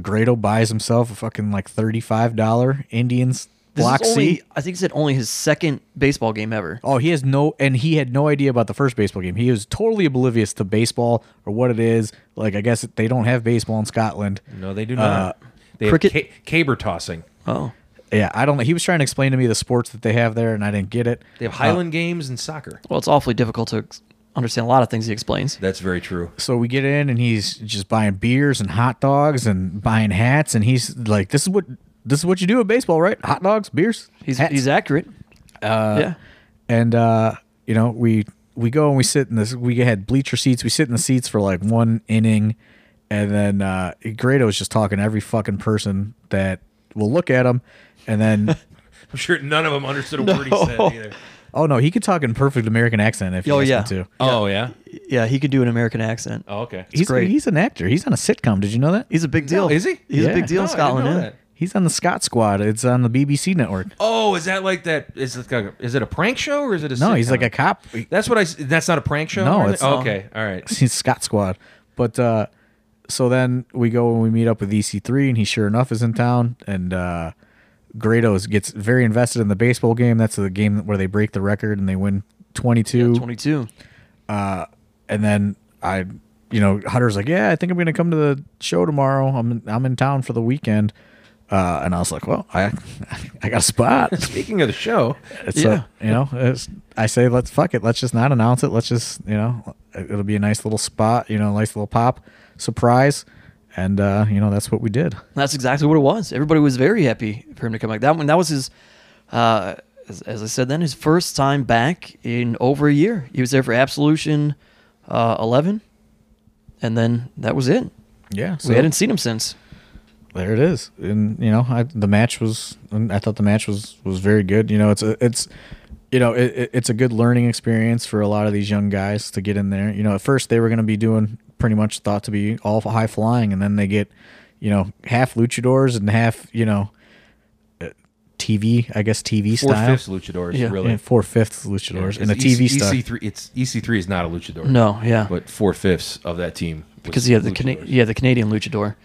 Speaker 4: Grado buys himself a fucking like thirty five dollar Indians
Speaker 2: This
Speaker 4: block
Speaker 2: is only,
Speaker 4: seat.
Speaker 2: I think he said only his second baseball game ever.
Speaker 4: Oh, he has no, and he had no idea about the first baseball game. He was totally oblivious to baseball or what it is. Like I guess they don't have baseball in Scotland.
Speaker 3: No, they do not. they
Speaker 2: cricket-
Speaker 3: have ca- caber tossing.
Speaker 2: Oh.
Speaker 4: Yeah, I don't. know. He was trying to explain to me the sports that they have there, and I didn't get it.
Speaker 3: They have Highland games and soccer.
Speaker 2: Well, it's awfully difficult to ex- understand a lot of things he explains.
Speaker 3: That's very true.
Speaker 4: So we get in and he's just buying beers and hot dogs and buying hats and he's like, "This is what this is what you do at baseball, right? Hot dogs, beers,
Speaker 2: He's
Speaker 4: hats."
Speaker 2: he's accurate. Uh, yeah.
Speaker 4: and uh, you know we we go and we sit in this. We had bleacher seats. We sit in the seats for like one inning, and then uh, Grado was just talking to every fucking person that will look at him, and then.
Speaker 3: I'm sure none of them understood a word he said either.
Speaker 4: Oh no, he could talk in perfect American accent if you
Speaker 2: Oh,
Speaker 4: asked
Speaker 2: yeah.
Speaker 4: him to.
Speaker 3: Oh yeah.
Speaker 2: Yeah, he could do an American accent.
Speaker 3: Oh okay.
Speaker 4: He's
Speaker 2: great.
Speaker 4: he's an actor. He's on a sitcom. Did you know that?
Speaker 2: He's a big deal.
Speaker 3: is he?
Speaker 2: He's
Speaker 4: Yeah.
Speaker 2: a big deal in
Speaker 3: Oh, I didn't
Speaker 2: Scotland.
Speaker 3: know
Speaker 2: yeah.
Speaker 3: that.
Speaker 4: He's on the Scott Squad. It's on the BBC network.
Speaker 3: Oh, is that like that? Is it like a, is it a prank show or is it a?
Speaker 4: No, he's
Speaker 3: sitcom?
Speaker 4: like a cop.
Speaker 3: That's what I. s- That's not a prank show.
Speaker 4: No,
Speaker 3: or
Speaker 4: it's-
Speaker 3: anything? okay. All right.
Speaker 4: He's Scott Squad. But uh, so then we go and we meet up with EC3, and he sure enough is in town. And uh, Grado is- gets very invested in the baseball game. That's the game where they break the record and they win 22.
Speaker 2: 22.
Speaker 4: And then I, you know, Hunter's like, yeah, I think I'm going to come to the show tomorrow. I'm in, I'm in town for the weekend. Uh, and I was like, well, I I got a spot.
Speaker 3: Speaking of the show,
Speaker 4: It's yeah. you know, it's, I say let's fuck it. Let's just not announce it. Let's just you know, it'll be a nice little spot. You know, a nice little pop surprise, and uh, you know that's what we did.
Speaker 2: That's exactly what it was. Everybody was very happy for him to come back. That one, that was his, uh, as, as I said then, his first time back in over a year. He was there for Absolution uh, 11, and then that was it.
Speaker 4: Yeah, so
Speaker 2: we hadn't seen him since.
Speaker 4: there it is. And you know, I, the match was. I thought the match was was very good. You know, it's a it's. You know, it, it- it's a good learning experience for a lot of these young guys to get in there. You know, at first they were going to be doing pretty much thought to be all high flying, and then they get, you know, half luchadors and half, you know, uh, TV, I guess TV
Speaker 3: four
Speaker 4: style.
Speaker 3: fifths luchadors.
Speaker 2: Yeah.
Speaker 3: Really.
Speaker 4: four fifths luchadors and a
Speaker 3: It's E
Speaker 4: TV
Speaker 3: EC
Speaker 4: star.
Speaker 3: EC3, it's EC3 is not a luchador.
Speaker 2: No, yeah,
Speaker 3: But four fifths of that team. was
Speaker 2: because he had the Cana-
Speaker 3: luchadors.
Speaker 2: yeah the Canadian luchador.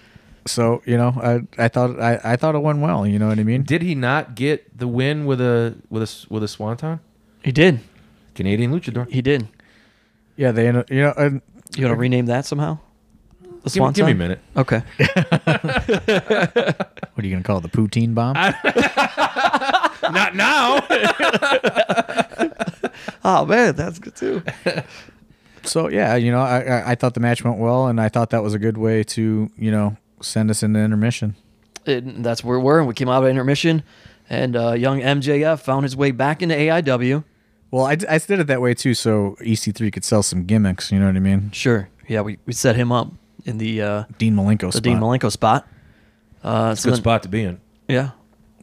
Speaker 4: So you know, I I thought I, I thought it went well. You know what I mean?
Speaker 3: Did he not get the win with a with a s- with a swanton?
Speaker 2: He did,
Speaker 3: Canadian luchador.
Speaker 2: he did.
Speaker 4: Yeah, they you know and
Speaker 2: You want to rename that somehow? The
Speaker 3: Give, me-
Speaker 2: Swanton.
Speaker 3: give me a minute.
Speaker 2: Okay,
Speaker 4: what are you gonna call it, the poutine bomb?
Speaker 3: Not now.
Speaker 2: oh man, that's good too.
Speaker 4: so yeah, you know, I, I I thought the match went well, and I thought that was a good way to you know send us into intermission.
Speaker 2: it, that's where we were. We came out of intermission, and uh, young MJF found his way back into AIW.
Speaker 4: Well, I, I did it that way too, so EC3 could sell some gimmicks. You know what I mean?
Speaker 2: Sure, yeah, we, we set him up in the uh,
Speaker 4: Dean Malenko
Speaker 2: the Dean
Speaker 4: spot
Speaker 2: Malenko spot. Uh, so
Speaker 3: Good
Speaker 2: then-
Speaker 3: spot to be in.
Speaker 2: Yeah,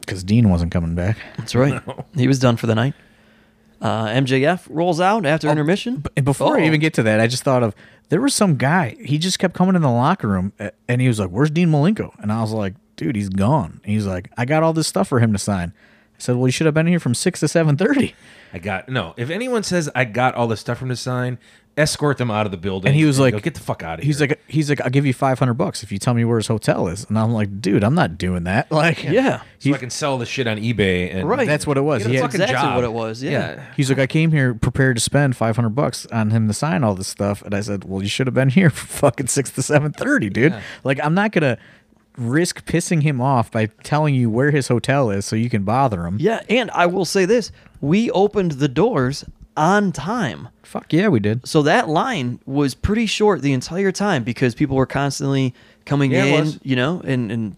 Speaker 4: because Dean wasn't coming back.
Speaker 2: that's right. He was done for the night. Uh, MJF rolls out
Speaker 3: Oh,
Speaker 2: after intermission.
Speaker 4: And before
Speaker 2: Oh.
Speaker 4: I even get to that, I just thought of there was some guy. He just kept coming in the locker room, a- and he was like, "Where's Dean Malenko?" And I was like, "Dude, he's gone." And he's like, "I got all this stuff for him to sign." I said, "Well, he should have been here from six to seven thirty.
Speaker 3: I got no. If anyone says I got all this stuff from the sign, escort them out of the building.
Speaker 4: And he was like,
Speaker 3: go, "Get the fuck out of
Speaker 4: He's
Speaker 3: here."
Speaker 4: like, "He's like, I'll give you five hundred bucks if you tell me where his hotel is." And I'm like, "Dude, I'm not doing that." Like,
Speaker 2: yeah,
Speaker 3: so I can sell this shit on eBay. And
Speaker 2: Right.
Speaker 4: that's what it was.
Speaker 3: Get a
Speaker 4: He had-
Speaker 3: fucking
Speaker 2: exactly
Speaker 3: job.
Speaker 2: what it was. Yeah.
Speaker 4: He's like, I came here prepared to spend five hundred bucks on him to sign all this stuff, and I said, "Well, you should have been here from fucking six to seven thirty, dude. Like, I'm not gonna risk pissing him off by telling you where his hotel is so you can bother him.
Speaker 2: yeah. And I will say this: we opened the doors on time.
Speaker 4: Fuck yeah, we did.
Speaker 2: So that line was pretty short the entire time because people were constantly coming
Speaker 3: Yeah, it
Speaker 2: in,
Speaker 3: was.
Speaker 2: you know, and, and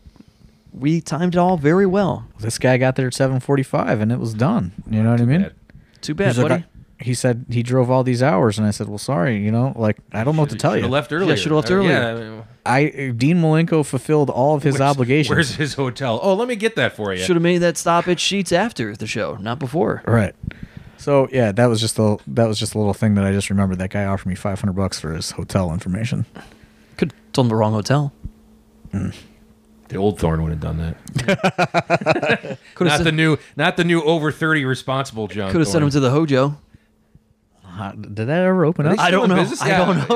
Speaker 2: we timed it all very well.
Speaker 4: This guy got there at seven forty-five, and it was done. You know what I mean?
Speaker 3: Bad.
Speaker 2: Too bad,
Speaker 4: He's like,
Speaker 2: buddy.
Speaker 4: I, he said he drove all these hours, and I said, well, sorry, you know, like I don't know what to tell you.
Speaker 3: Should've left earlier.
Speaker 2: should've left
Speaker 3: Uh,
Speaker 2: earlier.
Speaker 3: Yeah, I mean,
Speaker 4: I Dean Malenko fulfilled all of his
Speaker 3: where's-
Speaker 4: obligations.
Speaker 3: Where's his hotel? Oh, let me get that for you.
Speaker 2: Should have made that stop at Sheets after the show, not before.
Speaker 4: Right. So yeah, that was just a that was just a little thing that I just remembered. That guy offered me five hundred bucks for his hotel information.
Speaker 2: Could have told him the wrong hotel.
Speaker 3: the old Thorn would have done that.
Speaker 2: Could have
Speaker 3: Not the
Speaker 2: sent,
Speaker 3: new, not the new over thirty responsible John.
Speaker 2: could have sent him to the Hojo.
Speaker 4: Uh, did that ever open up?
Speaker 2: I don't know. I don't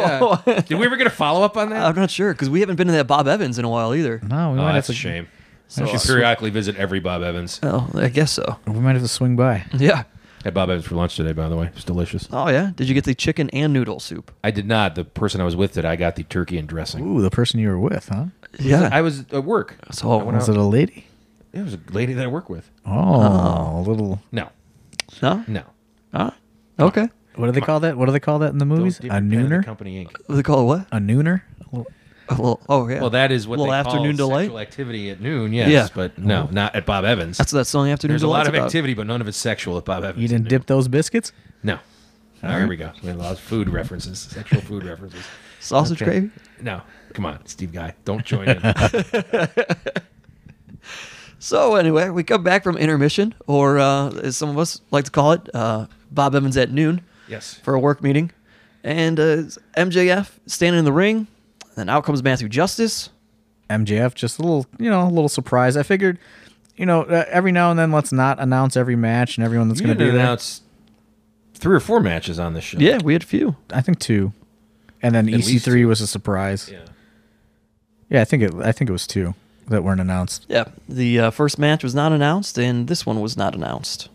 Speaker 2: know.
Speaker 3: Did we ever get a follow up on that?
Speaker 2: I'm not sure because we haven't been to that Bob Evans in a while either.
Speaker 4: no, we
Speaker 3: oh,
Speaker 4: might have
Speaker 3: that's
Speaker 4: to
Speaker 3: a shame.
Speaker 2: So-
Speaker 3: I should periodically visit every Bob Evans.
Speaker 2: Oh, I guess so.
Speaker 4: We might have to swing by.
Speaker 2: Yeah.
Speaker 3: Had Bob Evans for lunch today, by the way. It's delicious.
Speaker 2: Oh yeah. Did you get the chicken and noodle soup?
Speaker 3: I did not. The person I was with did. I got the turkey and dressing.
Speaker 4: Ooh, the person you were with, huh?
Speaker 2: Yeah.
Speaker 3: I was at work.
Speaker 2: So
Speaker 4: Was it a lady?
Speaker 3: It was a lady that I work with.
Speaker 4: Oh, a little.
Speaker 3: No,
Speaker 2: no.
Speaker 3: no.
Speaker 2: Huh? Okay.
Speaker 4: What do they call that? What do they call that in the movies?
Speaker 3: Don't dip your pen
Speaker 4: A
Speaker 3: in the
Speaker 4: nooner.
Speaker 3: Company Inc.
Speaker 2: What they call it what?
Speaker 4: A nooner. A little-
Speaker 2: A little- oh yeah.
Speaker 3: Uh, Well, that is what
Speaker 2: Little
Speaker 3: they
Speaker 2: afternoon
Speaker 3: call
Speaker 2: delight?
Speaker 3: sexual activity at noon. Yes,
Speaker 2: Yeah.
Speaker 3: but no, not at Bob Evans.
Speaker 2: that's what that song afternoon.
Speaker 3: There's a lot
Speaker 2: Delight's
Speaker 3: of
Speaker 2: about.
Speaker 3: activity, but none of it's sexual at Bob Evans.
Speaker 4: You didn't
Speaker 3: at
Speaker 4: dip those biscuits?
Speaker 3: noon. No. Oh, here we go. We had a lot of food references, sexual food references.
Speaker 2: Sausage
Speaker 3: Okay.
Speaker 2: gravy.
Speaker 3: No, come on, Steve Guy, don't join in.
Speaker 2: So anyway, we come back from intermission, or uh, as some of us like to call it, uh, Bob Evans at noon
Speaker 3: yes.
Speaker 2: for a work meeting, and uh, MJF standing in the ring, and out comes Matthew Justice.
Speaker 4: MJF, just a little, you know, a little surprise. I figured, you know, uh, every now and then, let's not announce every match and everyone that's
Speaker 3: You
Speaker 4: going to
Speaker 3: didn't
Speaker 4: be there.
Speaker 3: announce three or four matches on this show.
Speaker 2: Yeah, we had a few.
Speaker 4: I think two, and then
Speaker 3: least
Speaker 4: EC3 was a surprise.
Speaker 3: Yeah.
Speaker 4: Yeah, I think it. I think it was two that weren't announced.
Speaker 2: Yeah, the uh, first match was not announced, and this one was not announced.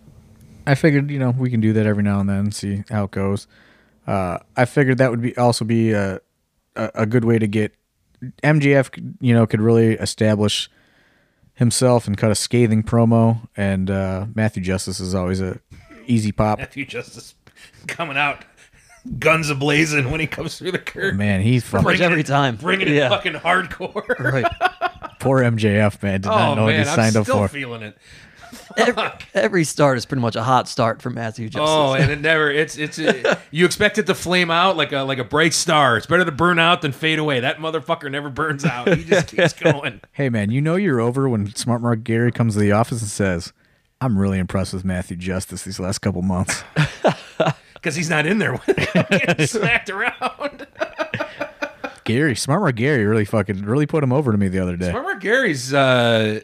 Speaker 4: I figured, you know, we can do that every now and then, see how it goes. Uh, I figured that would be also be a, a a good way to get MGF. You know, could really establish himself and cut a scathing promo. And uh, Matthew Justice is always a easy pop.
Speaker 3: Matthew Justice coming out, guns ablazing when he comes through the curtain.
Speaker 4: Man, he fucking
Speaker 2: Bring- every time.
Speaker 3: Bringing
Speaker 2: Yeah.
Speaker 3: it fucking hardcore.
Speaker 2: Right.
Speaker 4: poor MJF man did
Speaker 3: Oh
Speaker 4: not know what he
Speaker 3: man, I'm
Speaker 4: signed
Speaker 3: still
Speaker 4: up for.
Speaker 3: feeling it.
Speaker 2: every, every start is pretty much a hot start for Matthew Justice.
Speaker 3: Oh, and it never. It's it's. uh you expect it to flame out like a like a bright star. It's better to burn out than fade away. That motherfucker never burns out. He just keeps going.
Speaker 4: Hey man, you know you're over when Smart Mark Gary comes to the office and says, "I'm really impressed with Matthew Justice these last couple months."
Speaker 3: because he's not in there when they get smacked around.
Speaker 4: Gary, Smart Mark Gary really fucking really put him over to me the other day.
Speaker 3: Remember, Gary's uh,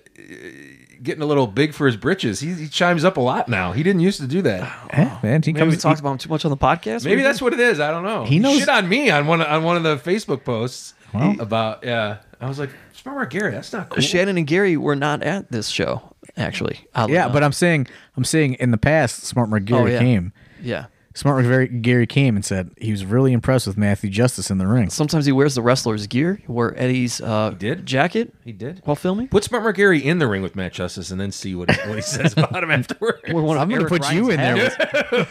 Speaker 3: getting a little big for his britches. He, he chimes up a lot now. He didn't used to do that.
Speaker 4: Eh, man, he
Speaker 2: Maybe we
Speaker 4: comes.
Speaker 2: talked about him too much on the podcast.
Speaker 3: Maybe that's what it is. I don't know. He
Speaker 4: knows-
Speaker 3: shit on me on one on one of the Facebook posts
Speaker 4: Well.
Speaker 3: about yeah. I was like, Remember, Gary, that's not cool.
Speaker 2: Shannon and Gary were not at this show actually. oddly
Speaker 4: yeah,
Speaker 2: enough.
Speaker 4: but I'm saying, I'm saying in the past, Smart Mark Gary
Speaker 2: Oh, yeah.
Speaker 4: came.
Speaker 2: yeah.
Speaker 4: Smart Mark Very- Gary came and said he was really impressed with Matthew Justice in the ring.
Speaker 2: Sometimes he wears the wrestler's gear. He wore Eddie's uh,
Speaker 3: did?
Speaker 2: jacket
Speaker 3: He did.
Speaker 2: while filming.
Speaker 3: Put Smart Mark Gary in the ring with Matt Justice and then see what, what he says about him afterwards.
Speaker 2: one
Speaker 4: I'm gonna put you in there.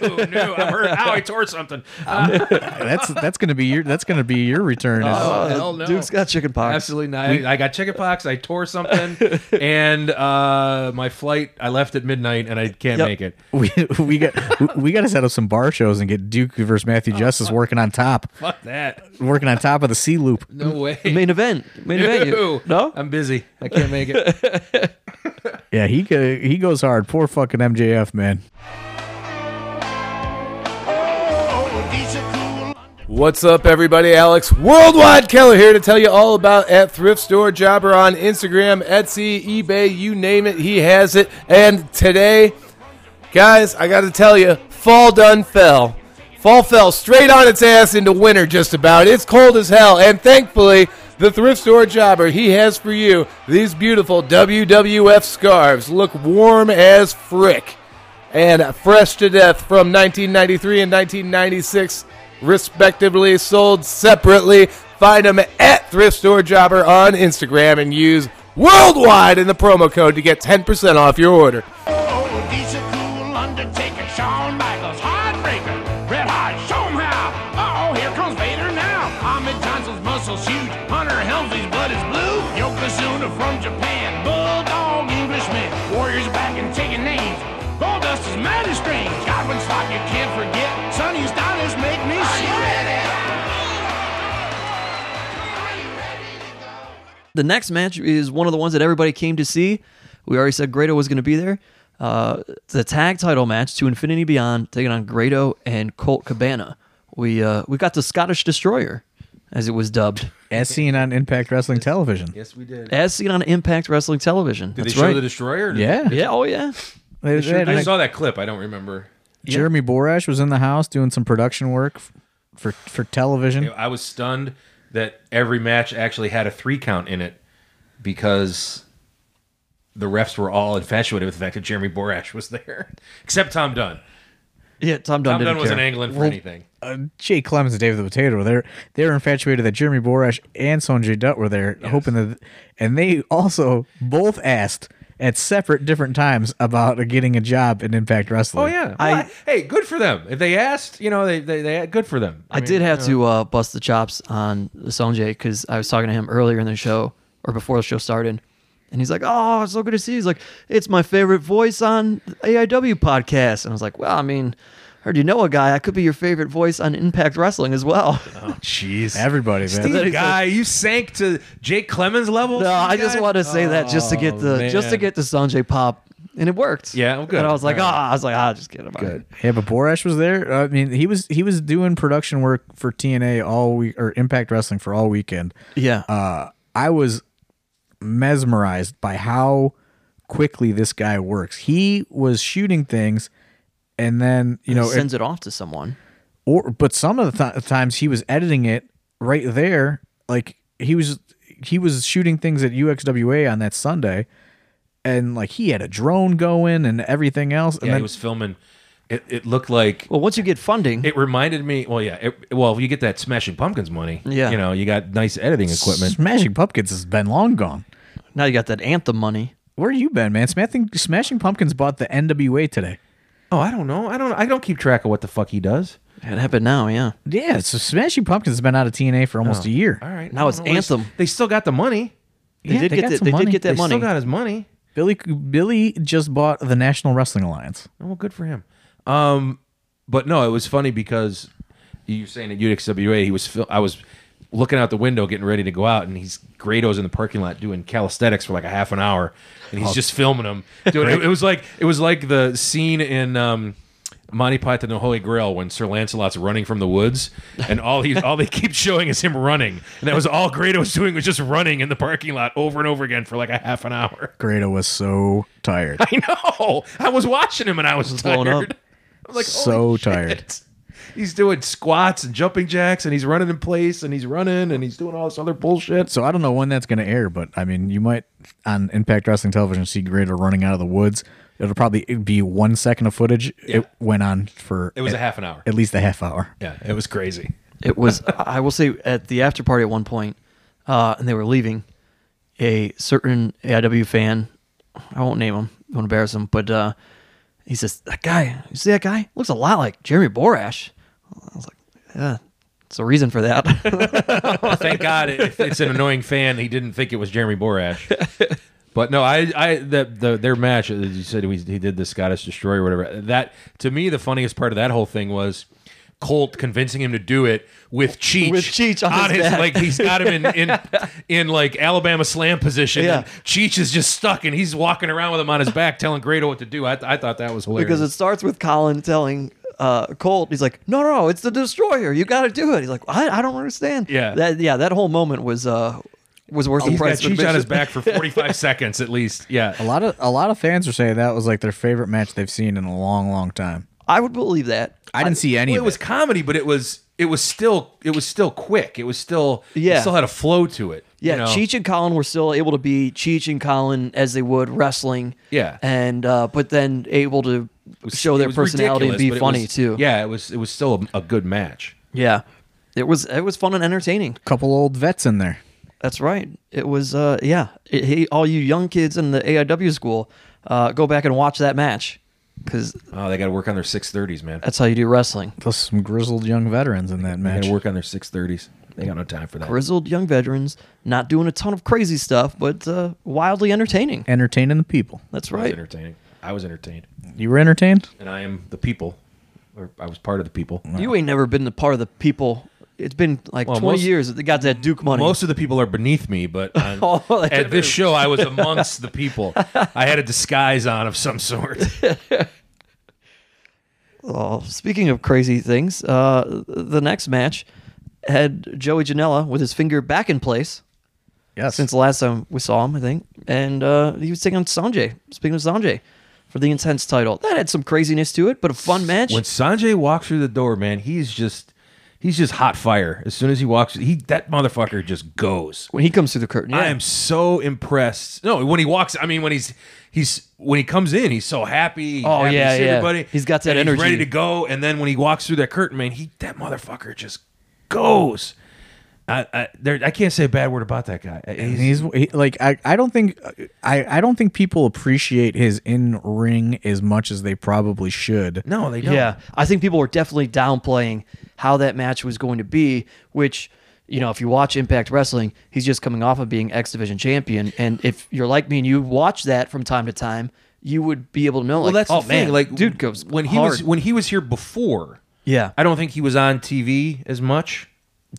Speaker 3: oh, no, I heard, ow, I tore something.
Speaker 4: That's that's gonna be your that's gonna be your return. is-
Speaker 3: Oh,
Speaker 2: Oh,
Speaker 3: hell no.
Speaker 2: Duke's got chicken pox.
Speaker 3: Absolutely not. I got chickenpox. I tore something, and uh, my flight. I left at midnight, and I can't
Speaker 2: Yep.
Speaker 3: make it.
Speaker 4: we we got we got to set up some bar shows and get Duke versus Matthew Justice working on top,
Speaker 3: Fuck that.
Speaker 4: working on top of the C loop.
Speaker 3: No way.
Speaker 2: Main event. Main event. You, no.
Speaker 3: I'm busy. I can't make it.
Speaker 4: Yeah, he go- he goes hard. Poor fucking MJF man.
Speaker 5: What's up, everybody? Alex Worldwide Keller here to tell you all about at Thrift Store Jobber on Instagram, Etsy, eBay, you name it, he has it. And today, guys, I got to tell you, fall done fell. Fall fell straight on its ass into winter, just about. It's cold as hell, and thankfully, the thrift store jobber he has for you these beautiful WWF scarves look warm as frick and fresh to death from 1993 and 1996, respectively, sold separately. Find them at Thrift Store Jobber on Instagram and use worldwide in the promo code to get 10% off your order.
Speaker 6: Oh, he's a cool Undertaker, Shawn Michaels, Heartbreaker, Red Hot, show 'em how. Uh-oh, here comes Vader now. Ahmed Johnson's muscles huge, Hunter Helmsley's blood is blue. Yokozuna from Japan, Bulldog Englishman, Warriors back and taking names. Goldust is mad as strange. Godwin's like you can't forget.
Speaker 2: The next match is one of the ones that everybody came to see. We already said Grado was going to be there. Uh, the tag title match to Infinity Beyond, taking on Grado and Colt Cabana. We uh, we got the Scottish Destroyer, as it was dubbed,
Speaker 4: As seen on Impact Wrestling Television.
Speaker 3: Yes, we did.
Speaker 2: as seen on Impact Wrestling Television.
Speaker 3: Did
Speaker 2: That's
Speaker 3: they show
Speaker 2: right.
Speaker 3: the destroyer? or did-
Speaker 4: Yeah.
Speaker 2: yeah. Oh yeah.
Speaker 4: They- they had,
Speaker 3: I
Speaker 4: like,
Speaker 3: saw that clip. I don't remember.
Speaker 4: Jeremy Borash was in the house doing some production work f- for for television.
Speaker 3: I was stunned that every match actually had a three count in it because the refs were all infatuated with the fact that Jeremy Borash was there, except Tom Dunn.
Speaker 2: Yeah. Tom Dunn
Speaker 3: Tom
Speaker 2: didn't
Speaker 3: Dunn wasn't
Speaker 2: care.
Speaker 3: angling for anything.
Speaker 4: Uh, Jay Clemens and David the Potato, they're they were infatuated that Jeremy Borash and Sonjay Dutt were there, hoping that, and they also both asked at separate different times about getting a job in Impact Wrestling.
Speaker 3: Oh yeah.
Speaker 2: I-
Speaker 3: Well, hey, good for them. If they asked, you know, they they, they good for them.
Speaker 2: I, did have to uh, bust the chops on Sonjay because I was talking to him earlier in the show or before the show started. And he's like, Oh, it's so good to see you. He's like, It's my favorite voice on the AIW podcast. And I was like, Well, I mean, I already know a guy. I could be your favorite voice on Impact Wrestling as well.
Speaker 3: Oh, Jeez.
Speaker 4: everybody, man.
Speaker 3: Steve guy, you sank to Jake Clemens level.
Speaker 2: no,
Speaker 3: Steve
Speaker 2: I just
Speaker 3: guy?
Speaker 2: want to say that just to get the just to
Speaker 3: Oh, man.
Speaker 2: get the Sanjay pop. And it worked.
Speaker 3: Yeah, well, good.
Speaker 2: And I was like,
Speaker 3: All
Speaker 2: ah, I was like, ah, just kidding about it.
Speaker 4: Yeah, but Borash was there. I mean, he was he was doing production work for TNA all week or Impact Wrestling for all weekend.
Speaker 2: Yeah.
Speaker 4: Uh, I was mesmerized by how quickly this guy works. He was shooting things, and then you know,
Speaker 2: sends it off to someone.
Speaker 4: or but some of the th- times he was editing it right there. Like he was he was shooting things at UXWA on that Sunday, and like he had a drone going and everything else. And
Speaker 3: Yeah,
Speaker 4: then
Speaker 3: he was filming. It, it looked like
Speaker 2: Well, once you get funding,
Speaker 3: it reminded me. Well, yeah. It, well, you get that Smashing Pumpkins money.
Speaker 2: Yeah.
Speaker 3: You know, you got nice editing equipment.
Speaker 4: Smashing Pumpkins has been long gone.
Speaker 2: now you got that anthem money.
Speaker 4: Where you been, man? Smashing, Smashing Pumpkins bought the NWA today.
Speaker 3: Oh, I don't know. I don't. I don't keep track of what the fuck he does.
Speaker 2: It happened now, yeah.
Speaker 4: Yeah, so Smashing Pumpkins has been out of TNA for almost a year.
Speaker 3: All right.
Speaker 2: Now it's
Speaker 3: Well, they-
Speaker 2: Anthem.
Speaker 3: They still got the money.
Speaker 2: They
Speaker 4: Yeah,
Speaker 2: did
Speaker 4: they
Speaker 2: get
Speaker 4: got
Speaker 2: that.
Speaker 4: some
Speaker 2: They
Speaker 4: money.
Speaker 2: did get that
Speaker 3: they
Speaker 2: money.
Speaker 3: still got his money.
Speaker 4: Billy Billy just bought the National Wrestling Alliance.
Speaker 3: Oh, well, good for him. Um, but no, it was funny because you were saying at UXWA, he was. Fil- I was looking out the window, getting ready to go out, and he's Grado's in the parking lot doing calisthenics for like a half an hour, and he's just filming him. Dude, it, it was like it was like the scene in. Um, Monty Python and the Holy Grail when Sir Lancelot's running from the woods and all he all they keep showing is him running and that was all Grado was doing was just running in the parking lot over and over again for like a half an hour.
Speaker 4: Grado was so tired.
Speaker 3: I know. I was watching him and I was,
Speaker 2: blown
Speaker 3: tired.
Speaker 2: up.
Speaker 3: I was like,
Speaker 4: So
Speaker 3: "Holy
Speaker 4: tired."
Speaker 3: He's doing squats and jumping jacks and he's running in place and he's running and he's doing all this other bullshit.
Speaker 4: so I don't know when that's going to air, but I mean, you might on Impact Wrestling Television see Grado running out of the woods. It'll probably be one second of footage. It went on for
Speaker 3: It was
Speaker 4: at,
Speaker 3: a half an hour.
Speaker 4: at least a half hour.
Speaker 3: yeah, it was crazy.
Speaker 2: It was. I will say at the after party at one point, uh, and they were leaving. A certain AIW fan, I won't name him, don't embarrass him, but uh, he says that guy. You see that guy? Looks a lot like Jeremy Borash. I was like, yeah, it's a reason for that.
Speaker 3: Thank God if it's an annoying fan, he didn't think it was Jeremy Borash. But no, I, I, the, the, their match. As you said, he, he did the Scottish Destroyer, or whatever. That to me, the funniest part of that whole thing was Colt convincing him to do it with Cheech,
Speaker 2: With Cheech on his back.
Speaker 3: like he's got him in in, in like Alabama slam position.
Speaker 2: Yeah.
Speaker 3: and Cheech is just stuck, and he's walking around with him on his back, telling Grado what to do. I, I thought that was hilarious.
Speaker 2: because it starts with Colin telling uh, Colt, he's like, "No, no, it's the destroyer. You got to do it." He's like, "I, I don't understand."
Speaker 3: Yeah. Oh,
Speaker 2: that yeah, that whole moment was uh was worth the
Speaker 3: he's got
Speaker 2: price. of
Speaker 3: Cheech on his
Speaker 2: admission.
Speaker 3: back for forty five seconds at least. Yeah,
Speaker 4: A lot of a lot of fans are saying that was like their favorite match they've seen in a long, long time.
Speaker 2: I would believe that.
Speaker 4: I didn't see any.
Speaker 3: Well, it
Speaker 4: of
Speaker 3: was comedy, but it was it was still it was still quick. It was still
Speaker 2: Yeah.
Speaker 3: it still had a flow to it.
Speaker 2: Yeah,
Speaker 3: you know?
Speaker 2: Cheech and Colin were still able to be Cheech and Colin as they would wrestling.
Speaker 3: Yeah.
Speaker 2: and uh, but then able to
Speaker 3: It was-
Speaker 2: show
Speaker 3: it
Speaker 2: their
Speaker 3: was
Speaker 2: personality and
Speaker 3: ridiculous,
Speaker 2: be
Speaker 3: but it
Speaker 2: funny
Speaker 3: was-
Speaker 2: too.
Speaker 3: Yeah, it was it was still a, a good match.
Speaker 2: yeah, it was it was fun and entertaining.
Speaker 4: couple old vets in there.
Speaker 2: That's right. It was uh, yeah. It- hey, all you young kids in the AIW school, uh, go back and watch that match because
Speaker 3: Oh, they got to work on their six thirties, man.
Speaker 2: that's how you do wrestling.
Speaker 4: Plus some grizzled young veterans in that
Speaker 3: They got
Speaker 4: match.
Speaker 3: to work on their six thirties. They got no time for that.
Speaker 2: Grizzled young veterans, not doing a ton of crazy stuff, but uh, wildly entertaining.
Speaker 4: Entertaining the people.
Speaker 2: That's
Speaker 3: I was
Speaker 2: right.
Speaker 3: entertaining. I was entertained,
Speaker 4: You were entertained?
Speaker 3: and I am the people, or I was part of the people.
Speaker 2: You ain't never been the part of the people. It's been like
Speaker 3: Well,
Speaker 2: 20
Speaker 3: most-
Speaker 2: years that they got that Duke money.
Speaker 3: Most of the people are beneath me, but I'm-
Speaker 2: Oh, that
Speaker 3: at
Speaker 2: is.
Speaker 3: this show, I was amongst the people. I had a disguise on of some sort.
Speaker 2: Oh, speaking of crazy things, uh, the next match had Joey Janela with his finger back in place
Speaker 4: Yes.
Speaker 2: since the last time we saw him, I think. And uh, he was taking on Sanjay. Speaking of Sanjay, for the intense title, that had some craziness to it, but a fun match.
Speaker 3: When Sanjay walks through the door, man, he's just he's just hot fire. As soon as he walks, he that motherfucker just goes.
Speaker 2: when he comes through the curtain, yeah.
Speaker 3: I am so impressed. No, when he walks, I mean when he's he's when he comes in, he's so happy. he's
Speaker 2: Oh,
Speaker 3: happy to
Speaker 2: yeah,
Speaker 3: see
Speaker 2: yeah.
Speaker 3: everybody.
Speaker 2: He's got that
Speaker 3: and
Speaker 2: energy.
Speaker 3: He's ready to go. And then when he walks through that curtain, man, he that motherfucker just goes. I I, there, I can't say a bad word about that guy. He's,
Speaker 4: And he's he, like I, I don't think I, I don't think people appreciate his in ring as much as they probably should.
Speaker 3: no, they don't.
Speaker 2: Yeah, I think people were definitely downplaying how that match was going to be, which you know, if you watch Impact Wrestling, he's just coming off of being X Division champion, and if you're like me and you watch that from time to time, you would be able to know.
Speaker 3: Well,
Speaker 2: like,
Speaker 3: that's
Speaker 2: oh
Speaker 3: the thing.
Speaker 2: man,
Speaker 3: like
Speaker 2: dude goes
Speaker 3: when he
Speaker 2: hard.
Speaker 3: was when he was here before.
Speaker 2: Yeah.
Speaker 3: I don't think he was on TV as much.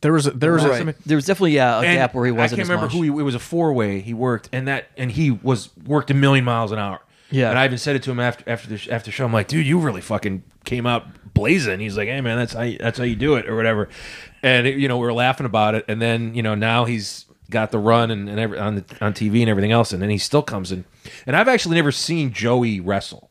Speaker 4: There was a- there was a,
Speaker 2: Right. there was definitely yeah, a
Speaker 3: And
Speaker 2: gap where he wasn't.
Speaker 3: I can't
Speaker 2: as
Speaker 3: remember
Speaker 2: much.
Speaker 3: who he. It was a four way. He worked, and that and he was worked a million miles an hour.
Speaker 2: Yeah.
Speaker 3: and I even said it to him after after the sh- after the show. I'm like, dude, you really fucking came out blazing. He's like, hey man, that's how you, that's how you do it or whatever. And it- you know we were laughing about it, and then you know now he's got the run and, and every, on the on TV and everything else, and then he still comes in. And I've actually never seen Joey wrestle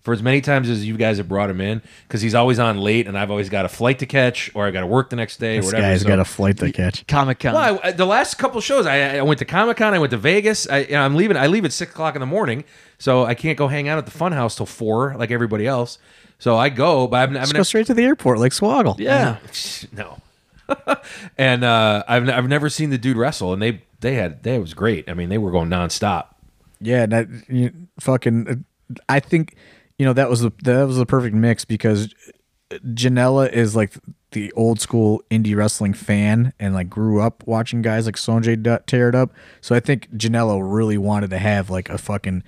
Speaker 3: for as many times as you guys have brought him in because he's always on late, and I've always got a flight to catch or I got to work the next day. or
Speaker 4: this
Speaker 3: whatever.
Speaker 4: guy's
Speaker 3: So-
Speaker 4: got a flight to catch.
Speaker 2: Comic Con.
Speaker 3: well, I, uh, the last couple shows, I, I went to Comic Con, I went to Vegas. I, and I'm leaving. I leave at six o'clock in the morning, so I can't go hang out at the Fun House till four, like everybody else. So I go, but I'm, I'm
Speaker 4: Let's go straight to the airport like Swoggle.
Speaker 2: yeah,
Speaker 3: no. and uh, I've I've never seen the dude wrestle, and they they had they it was great. I mean, they were going nonstop.
Speaker 4: Yeah, and that you, fucking. uh, I think you know that was the that was the perfect mix because uh, Janela is like the old school indie wrestling fan and like grew up watching guys like Sonjay Dutt tear it up. So I think Janela really wanted to have like a fucking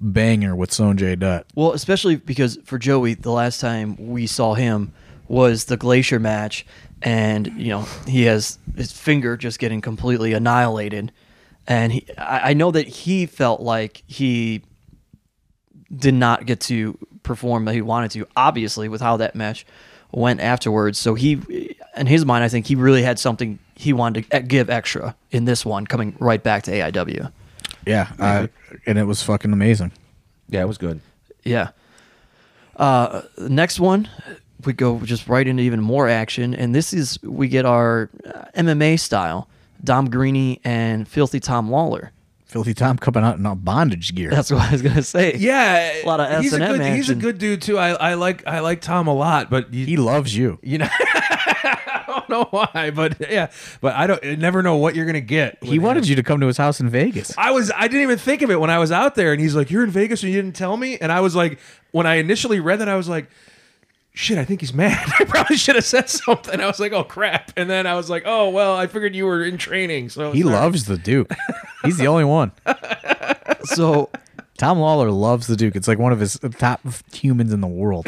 Speaker 4: banger with Sonjay Dutt.
Speaker 2: Well, especially because for Joey, the last time we saw him was the glacier match, and you know he has his finger just getting completely annihilated, and he, I, I know that he felt like he did not get to perform that he wanted to, obviously, with how that match went afterwards. So he, in his mind, I think he really had something he wanted to eh, give extra in this one, coming right back to AIW.
Speaker 4: Yeah, uh, and it was fucking amazing.
Speaker 3: Yeah, it was good.
Speaker 2: Yeah. Uh, the next one, we go just right into even more action, and this is we get our uh, MMA style: Dom Greeny and Filthy Tom Lawler.
Speaker 4: Filthy Tom coming out in all bondage gear.
Speaker 2: That's what I was gonna say.
Speaker 3: Yeah,
Speaker 2: A lot of
Speaker 3: he's a
Speaker 2: S&M
Speaker 3: good he's a
Speaker 2: action.
Speaker 3: good dude too. I, I like I like Tom a lot, but you,
Speaker 4: he loves you.
Speaker 3: you know I don't know why, but yeah, but I don't I never know what you're gonna get.
Speaker 4: He wanted you to come to his house in Vegas.
Speaker 3: I was I didn't even think of it when I was out there and he's like, You're in Vegas and you didn't tell me? And I was like when I initially read that I was like Shit, I think he's mad. I probably should have said something. I was like, "Oh crap!" And then I was like, "Oh well, I figured you were in training." So
Speaker 4: He loves the Duke. He's the only one.
Speaker 2: So
Speaker 4: Tom Lawler loves the Duke. It's like one of his top humans in the world.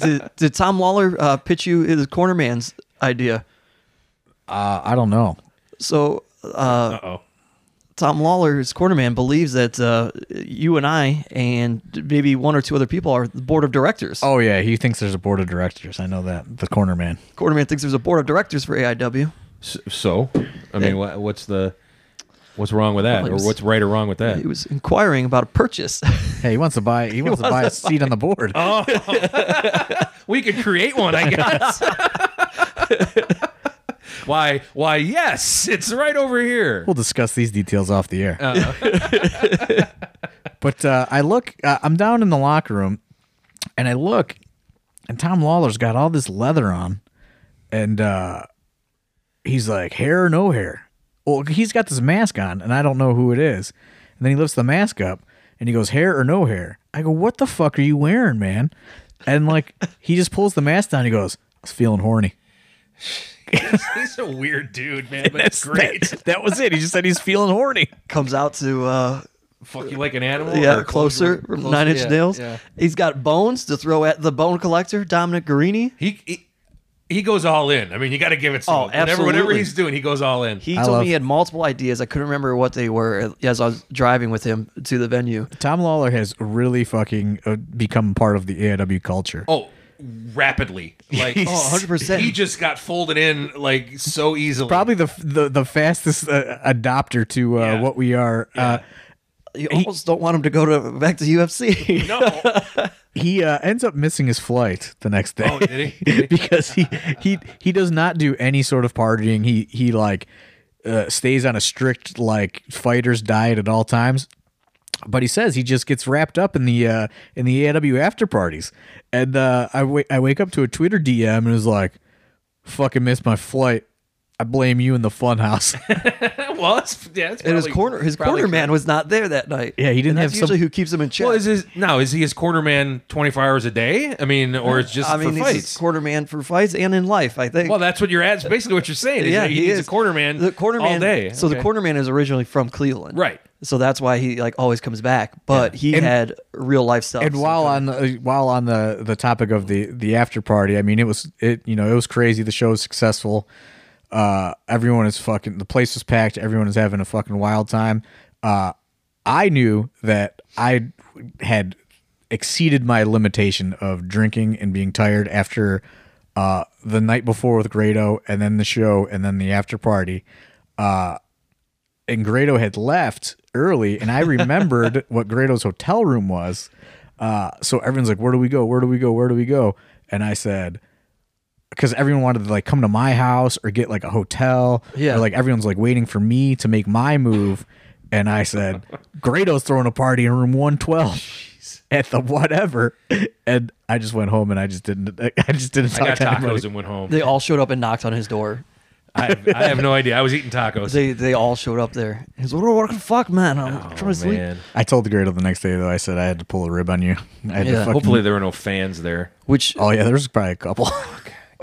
Speaker 2: did, did Tom Lawler uh, pitch you his corner man's idea?
Speaker 4: Uh, I don't know.
Speaker 2: So
Speaker 3: Uh oh,
Speaker 2: Tom Lawler, his corner man, believes that uh, you and I and maybe one or two other people are the board of directors.
Speaker 4: Oh yeah, he thinks there's a board of directors. I know that. The corner man.
Speaker 2: Corner man thinks there's a board of directors for AIW.
Speaker 3: so I mean, what, what's the what's wrong with that,
Speaker 2: Well, he
Speaker 3: or
Speaker 2: was-
Speaker 3: what's right or wrong with that?
Speaker 2: He was inquiring about a purchase.
Speaker 4: Hey, he wants to buy. He, wants, to buy Oh, a seat on the board.
Speaker 3: We could create one, I guess. why? Why? Yes, it's right over here.
Speaker 4: We'll discuss these details off the air. but uh, I look. Uh, I'm down in the locker room, and I look, and Tom Lawler's got all this leather on, and uh, he's like, hair or no hair. Well, he's got this mask on, and I don't know who it is. And then he lifts the mask up, and he goes, hair or no hair. I go, what the fuck are you wearing, man? And like, he just pulls the mask down. He goes, I was feeling horny.
Speaker 3: He's a weird dude, man, but
Speaker 4: That's That, that was it. He just said he's feeling horny.
Speaker 2: comes out to uh,
Speaker 3: Fuck you like an animal.
Speaker 2: yeah
Speaker 3: or
Speaker 2: closer, from Nine Inch
Speaker 3: yeah,
Speaker 2: Nails.
Speaker 3: yeah.
Speaker 2: He's got bones to throw at the bone collector Dominic Guarini.
Speaker 3: He, he he goes all in. I mean, you got to give it. Some,
Speaker 2: Oh,
Speaker 3: whatever, whatever
Speaker 2: absolutely.
Speaker 3: he's doing, he goes all in.
Speaker 2: He
Speaker 4: I
Speaker 2: told
Speaker 4: love-
Speaker 2: me he had multiple ideas. I couldn't remember what they were as I was driving with him to the venue.
Speaker 4: Tom Lawler has really fucking uh, become part of the AIW culture.
Speaker 3: oh, rapidly, like
Speaker 2: Oh, 100%.
Speaker 3: He just got folded in like so easily.
Speaker 4: Probably the f- the, the fastest uh, adopter to uh,
Speaker 3: Yeah.
Speaker 4: what we are. Uh,
Speaker 2: You almost don't want him to go to back to UFC.
Speaker 3: no.
Speaker 4: he uh, ends up missing his flight the next day.
Speaker 3: Oh, did he? Did he?
Speaker 4: because he he he does not do any sort of partying. He he like uh, stays on a strict like fighter's diet at all times. But he says he just gets wrapped up in the uh, in the AW after parties. And uh, I wa- I wake up to a Twitter DM and is like, "Fucking missed my flight. I blame you in the funhouse."
Speaker 3: well, that's, yeah, that's
Speaker 2: and his
Speaker 3: probably-
Speaker 2: corner, his
Speaker 3: probably
Speaker 2: corner man was not there that night.
Speaker 4: Yeah, he didn't
Speaker 2: And
Speaker 4: have
Speaker 2: that's
Speaker 4: some-
Speaker 2: usually who keeps him in check.
Speaker 3: Well, is his now is he his quarter man twenty four hours a day? I mean, or it's just
Speaker 2: I mean,
Speaker 3: for
Speaker 2: he's
Speaker 3: fights?
Speaker 2: a quarter man for fights and in life. I think.
Speaker 3: well, that's what you're at. Basically, what you're saying. Is
Speaker 2: yeah,
Speaker 3: that he
Speaker 2: he
Speaker 3: he's
Speaker 2: is
Speaker 3: a quarter man.
Speaker 2: The quarter man
Speaker 3: all day.
Speaker 2: So the
Speaker 3: Okay.
Speaker 2: quarter man is originally from Cleveland,
Speaker 3: Right.
Speaker 2: So that's why he like always comes back. But he
Speaker 4: And-
Speaker 2: had real life stuff.
Speaker 4: and while on the, uh, while on the the topic of the the after party, I mean, it was it you know it was crazy. The show was successful. Uh, everyone is fucking. The place was packed. Everyone is having a fucking wild time. Uh, I knew that I had exceeded my limitation of drinking and being tired after uh, the night before with Grado, and then the show, and then the after party and Grado had left early, and I remembered what Grado's hotel room was. Uh, so everyone's like, "Where do we go? Where do we go? Where do we go?" And I said, because everyone wanted to like come to my house or get like a hotel.
Speaker 2: Yeah.
Speaker 4: Or, like everyone's like waiting for me to make my move, and I said, "Grado's throwing a party in room one twelve at the whatever," and I just went home and I just didn't. I just didn't
Speaker 3: I
Speaker 4: talk
Speaker 3: got
Speaker 4: to
Speaker 3: tacos
Speaker 4: anybody.
Speaker 3: and went home.
Speaker 2: they all showed up and knocked on his door.
Speaker 3: I, have, I have no idea. I was eating tacos.
Speaker 2: They they all showed up there. He's like, what the fuck, man? I'm
Speaker 3: Oh,
Speaker 2: trying to sleep.
Speaker 3: man.
Speaker 4: I told Grado the next day though. I said I had to pull a rib on you. I had to
Speaker 2: Yeah.
Speaker 4: fucking-
Speaker 3: Hopefully, there were no fans there.
Speaker 2: Which uh,
Speaker 4: Oh yeah, there's probably a couple.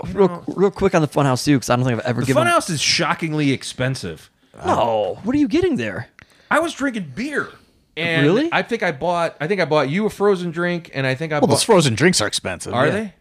Speaker 2: real, real quick on the funhouse too, because I don't think I've ever
Speaker 3: The
Speaker 2: given.
Speaker 3: funhouse is shockingly expensive.
Speaker 2: No, what are you getting there?
Speaker 3: I was drinking beer. And
Speaker 2: Really?
Speaker 3: I think I bought. I think I bought you a frozen drink, and I think I
Speaker 4: Well, those
Speaker 3: bought.
Speaker 4: frozen drinks are expensive.
Speaker 3: are
Speaker 4: yeah.
Speaker 3: they?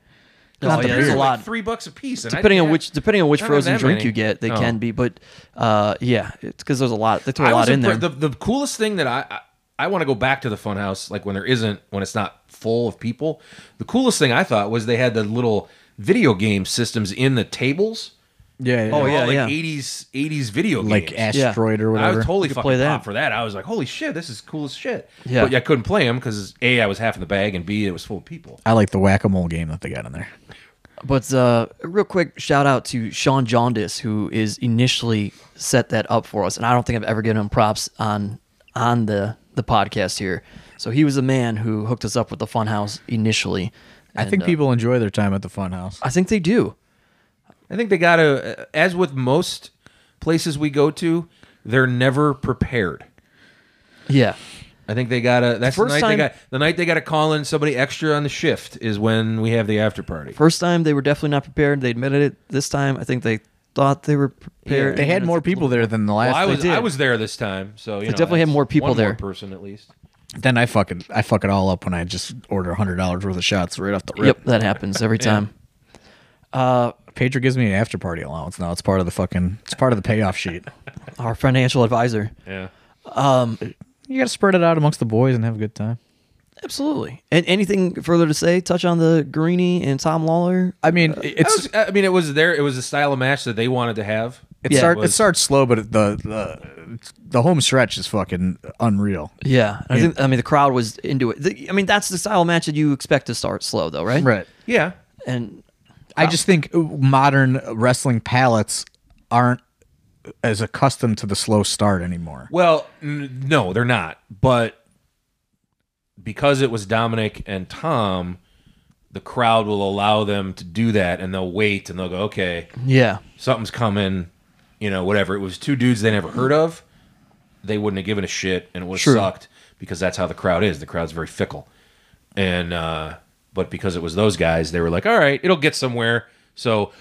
Speaker 2: Oh, yeah, there's a
Speaker 4: the beer.
Speaker 3: They're like
Speaker 2: lot.
Speaker 3: three bucks a piece. and I
Speaker 2: depending on
Speaker 3: didn't-
Speaker 2: which depending on which
Speaker 3: I don't have
Speaker 2: frozen
Speaker 3: that
Speaker 2: drink
Speaker 3: many.
Speaker 2: you get, they
Speaker 3: Oh.
Speaker 2: can be. But uh, yeah, it's because there's a lot. They throw a
Speaker 3: I
Speaker 2: lot
Speaker 3: was
Speaker 2: in there.
Speaker 3: impre- The, the coolest thing that I I, I want to go back to the funhouse, like when there isn't when it's not full of people. The coolest thing I thought was they had the little video game systems in the tables.
Speaker 4: Yeah.
Speaker 2: Oh,
Speaker 3: All,
Speaker 2: yeah,
Speaker 3: like
Speaker 2: yeah.
Speaker 3: 80s 80s video
Speaker 4: Like
Speaker 3: games.
Speaker 4: asteroid or
Speaker 3: I
Speaker 4: whatever.
Speaker 3: was totally
Speaker 2: could
Speaker 3: fucking
Speaker 2: play that.
Speaker 3: popped for that. I was like, "Holy shit, this is cool as shit!"
Speaker 2: Yeah.
Speaker 3: But I couldn't play them because a, I was half in the bag, and b, it was full of people.
Speaker 4: I like the whack a mole game that they got in there.
Speaker 2: But uh, real quick, shout out to Sean Jaundice, who is initially set that up for us, and I don't think I've ever given him props on on the the podcast here. So he was the man who hooked us up with the Funhouse initially.
Speaker 4: I think
Speaker 2: And, uh,
Speaker 4: people enjoy their time at the funhouse.
Speaker 2: I think they do.
Speaker 3: I think they got to, as with most places we go to, they're never prepared.
Speaker 2: Yeah.
Speaker 3: I think they gotta. That's the,
Speaker 2: First
Speaker 3: night
Speaker 2: time-
Speaker 3: they got. The night they gotta call in somebody extra on the shift is when we have the after party.
Speaker 2: First time they were definitely not prepared. They admitted it. This time, I think they thought they were prepared.
Speaker 4: They had more people there than the last.
Speaker 3: Well, I was
Speaker 2: did.
Speaker 3: I was there this time, so you know,
Speaker 2: definitely had
Speaker 3: that's
Speaker 2: more people
Speaker 3: one more
Speaker 2: there.
Speaker 3: person at least.
Speaker 4: then I fucking I fuck it all up when I just order hundred dollars worth of shots right off the rip.
Speaker 2: Yep, that happens every time.
Speaker 4: Pedro gives me an after party allowance now. It's part of the fucking. It's part of the payoff sheet.
Speaker 2: Our financial advisor.
Speaker 3: Yeah,
Speaker 4: You got to spread it out amongst the boys and have a good time.
Speaker 2: Absolutely. And anything further to say? Touch on the Greeny and Tom Lawler.
Speaker 4: I mean, it's
Speaker 3: I, was- I mean, it was there. It was the style of match that they wanted to have.
Speaker 4: it
Speaker 2: yeah,
Speaker 4: start,
Speaker 2: it
Speaker 4: it,
Speaker 3: was-
Speaker 4: starts slow, but the the the home stretch is fucking unreal.
Speaker 2: Yeah, I think I mean the crowd was into it. The- I mean that's the style of match that you expect to start slow, though, right?
Speaker 3: Yeah,
Speaker 2: And
Speaker 4: I just think uh, modern wrestling palates aren't as accustomed to the slow start anymore.
Speaker 3: Well, n- no, they're not. But because it was Dominic and Tom, the crowd will allow them to do that, and they'll wait, and they'll go, "Okay,
Speaker 2: yeah,
Speaker 3: something's coming," you know, whatever. It was two dudes they never heard of. They wouldn't have given a shit, and it would have
Speaker 2: True.
Speaker 3: sucked because that's how the crowd is. The crowd's very fickle, and uh, but because it was those guys, they were like, "All right, it'll get somewhere." So.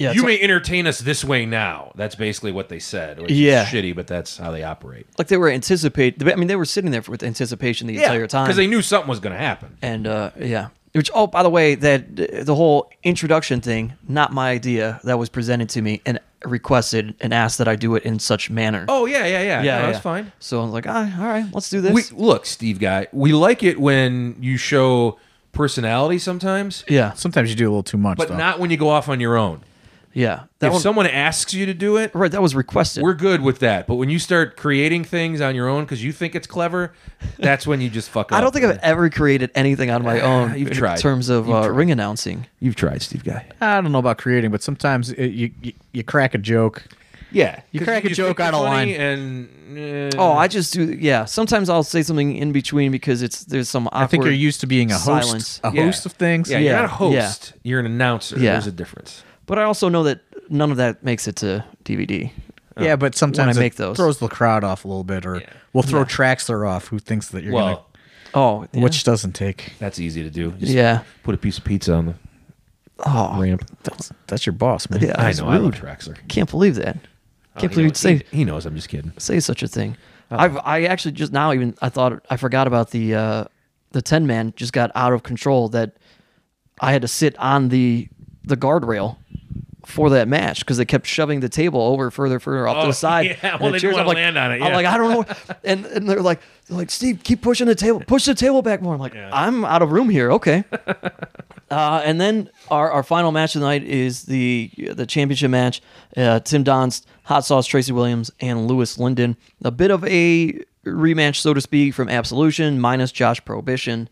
Speaker 2: Yeah,
Speaker 3: you
Speaker 2: it's-
Speaker 3: may entertain us this way now. That's basically what they said. which is
Speaker 2: Yeah.
Speaker 3: shitty, but that's how they operate.
Speaker 2: like they were anticipate. I mean they were sitting there with anticipation the entire time.
Speaker 3: Because they knew something was going to happen.
Speaker 2: and uh, yeah, Which, oh, by the way, that the whole introduction thing, not my idea. That was presented to me and requested and asked that I do it in such manner.
Speaker 3: Oh yeah, yeah,
Speaker 2: yeah,
Speaker 3: yeah. no,
Speaker 2: yeah.
Speaker 3: that's fine.
Speaker 2: So I was like, ah, all right, let's do this.
Speaker 3: We look, Steve guy. We like it when you show personality sometimes,
Speaker 2: yeah,
Speaker 4: Sometimes you do a little too much,
Speaker 3: but
Speaker 4: though.
Speaker 3: not when you go off on your own.
Speaker 2: yeah. That
Speaker 3: if
Speaker 2: one,
Speaker 3: someone asks you to do it,
Speaker 2: right, that was requested.
Speaker 3: we're good with that. But when you start creating things on your own because you think it's clever, that's when you just fuck up.
Speaker 2: I don't think I've ever created anything on my own
Speaker 3: Ah, You've
Speaker 2: in
Speaker 3: tried.
Speaker 2: terms of
Speaker 3: You've
Speaker 2: uh,
Speaker 3: tried.
Speaker 2: ring announcing.
Speaker 3: you've tried, Steve guy.
Speaker 4: I don't know about creating, but sometimes it, you, you you crack a joke.
Speaker 3: Yeah,
Speaker 4: You
Speaker 3: 'Cause
Speaker 4: crack a
Speaker 3: just
Speaker 4: joke
Speaker 3: think
Speaker 4: out
Speaker 3: it's
Speaker 4: of
Speaker 3: funny
Speaker 4: line.
Speaker 3: and uh,
Speaker 2: Oh, I just do. Yeah, sometimes I'll say something in between because it's there's some awkward.
Speaker 4: I think you're used to being a host,
Speaker 2: silence.
Speaker 4: a
Speaker 3: Yeah.
Speaker 4: host of things.
Speaker 3: Yeah, you're
Speaker 2: Yeah,
Speaker 3: not a host. You're an announcer.
Speaker 2: Yeah.
Speaker 3: There's a difference.
Speaker 2: But I also know that none of that makes it to DVD.
Speaker 4: Yeah, but sometimes
Speaker 2: make
Speaker 4: it
Speaker 2: those.
Speaker 4: throws the crowd off a little bit, or we'll throw Traxler off, who thinks that you're
Speaker 3: well,
Speaker 4: gonna,
Speaker 2: Oh, yeah.
Speaker 4: which doesn't take.
Speaker 3: that's easy to do. Just
Speaker 2: Yeah.
Speaker 3: put a piece of pizza on the
Speaker 2: Oh,
Speaker 3: ramp.
Speaker 4: That's that's your boss, man.
Speaker 2: yeah.
Speaker 3: I
Speaker 2: it's
Speaker 3: know.
Speaker 2: Rude.
Speaker 3: I love Traxler.
Speaker 2: Can't believe that. Can't
Speaker 3: Oh, he
Speaker 2: believe you'd
Speaker 3: knows-
Speaker 2: say
Speaker 3: he, he knows. I'm just kidding.
Speaker 2: say such a thing. I've I actually just now even I thought I forgot about the uh, the ten man just got out of control that I had to sit on the the guardrail for that match because they kept shoving the table over further further off to
Speaker 3: Oh,
Speaker 2: the side.
Speaker 3: yeah.
Speaker 2: And
Speaker 3: Well,
Speaker 2: the
Speaker 3: they didn't
Speaker 2: cheers,
Speaker 3: wanna
Speaker 2: I'm like-
Speaker 3: land on it,
Speaker 2: I'm
Speaker 3: yeah.
Speaker 2: like I don't know, and and they're like they're like Steve keep pushing the table push the table back more. I'm like I'm out of room here. Okay. Uh, and then our, our final match of the night is the the championship match. Uh, Tim Donst, Hot Sauce Tracy Williams, and Lewis Linden. A bit of a rematch, so to speak, from Absolution minus Josh Prohibition.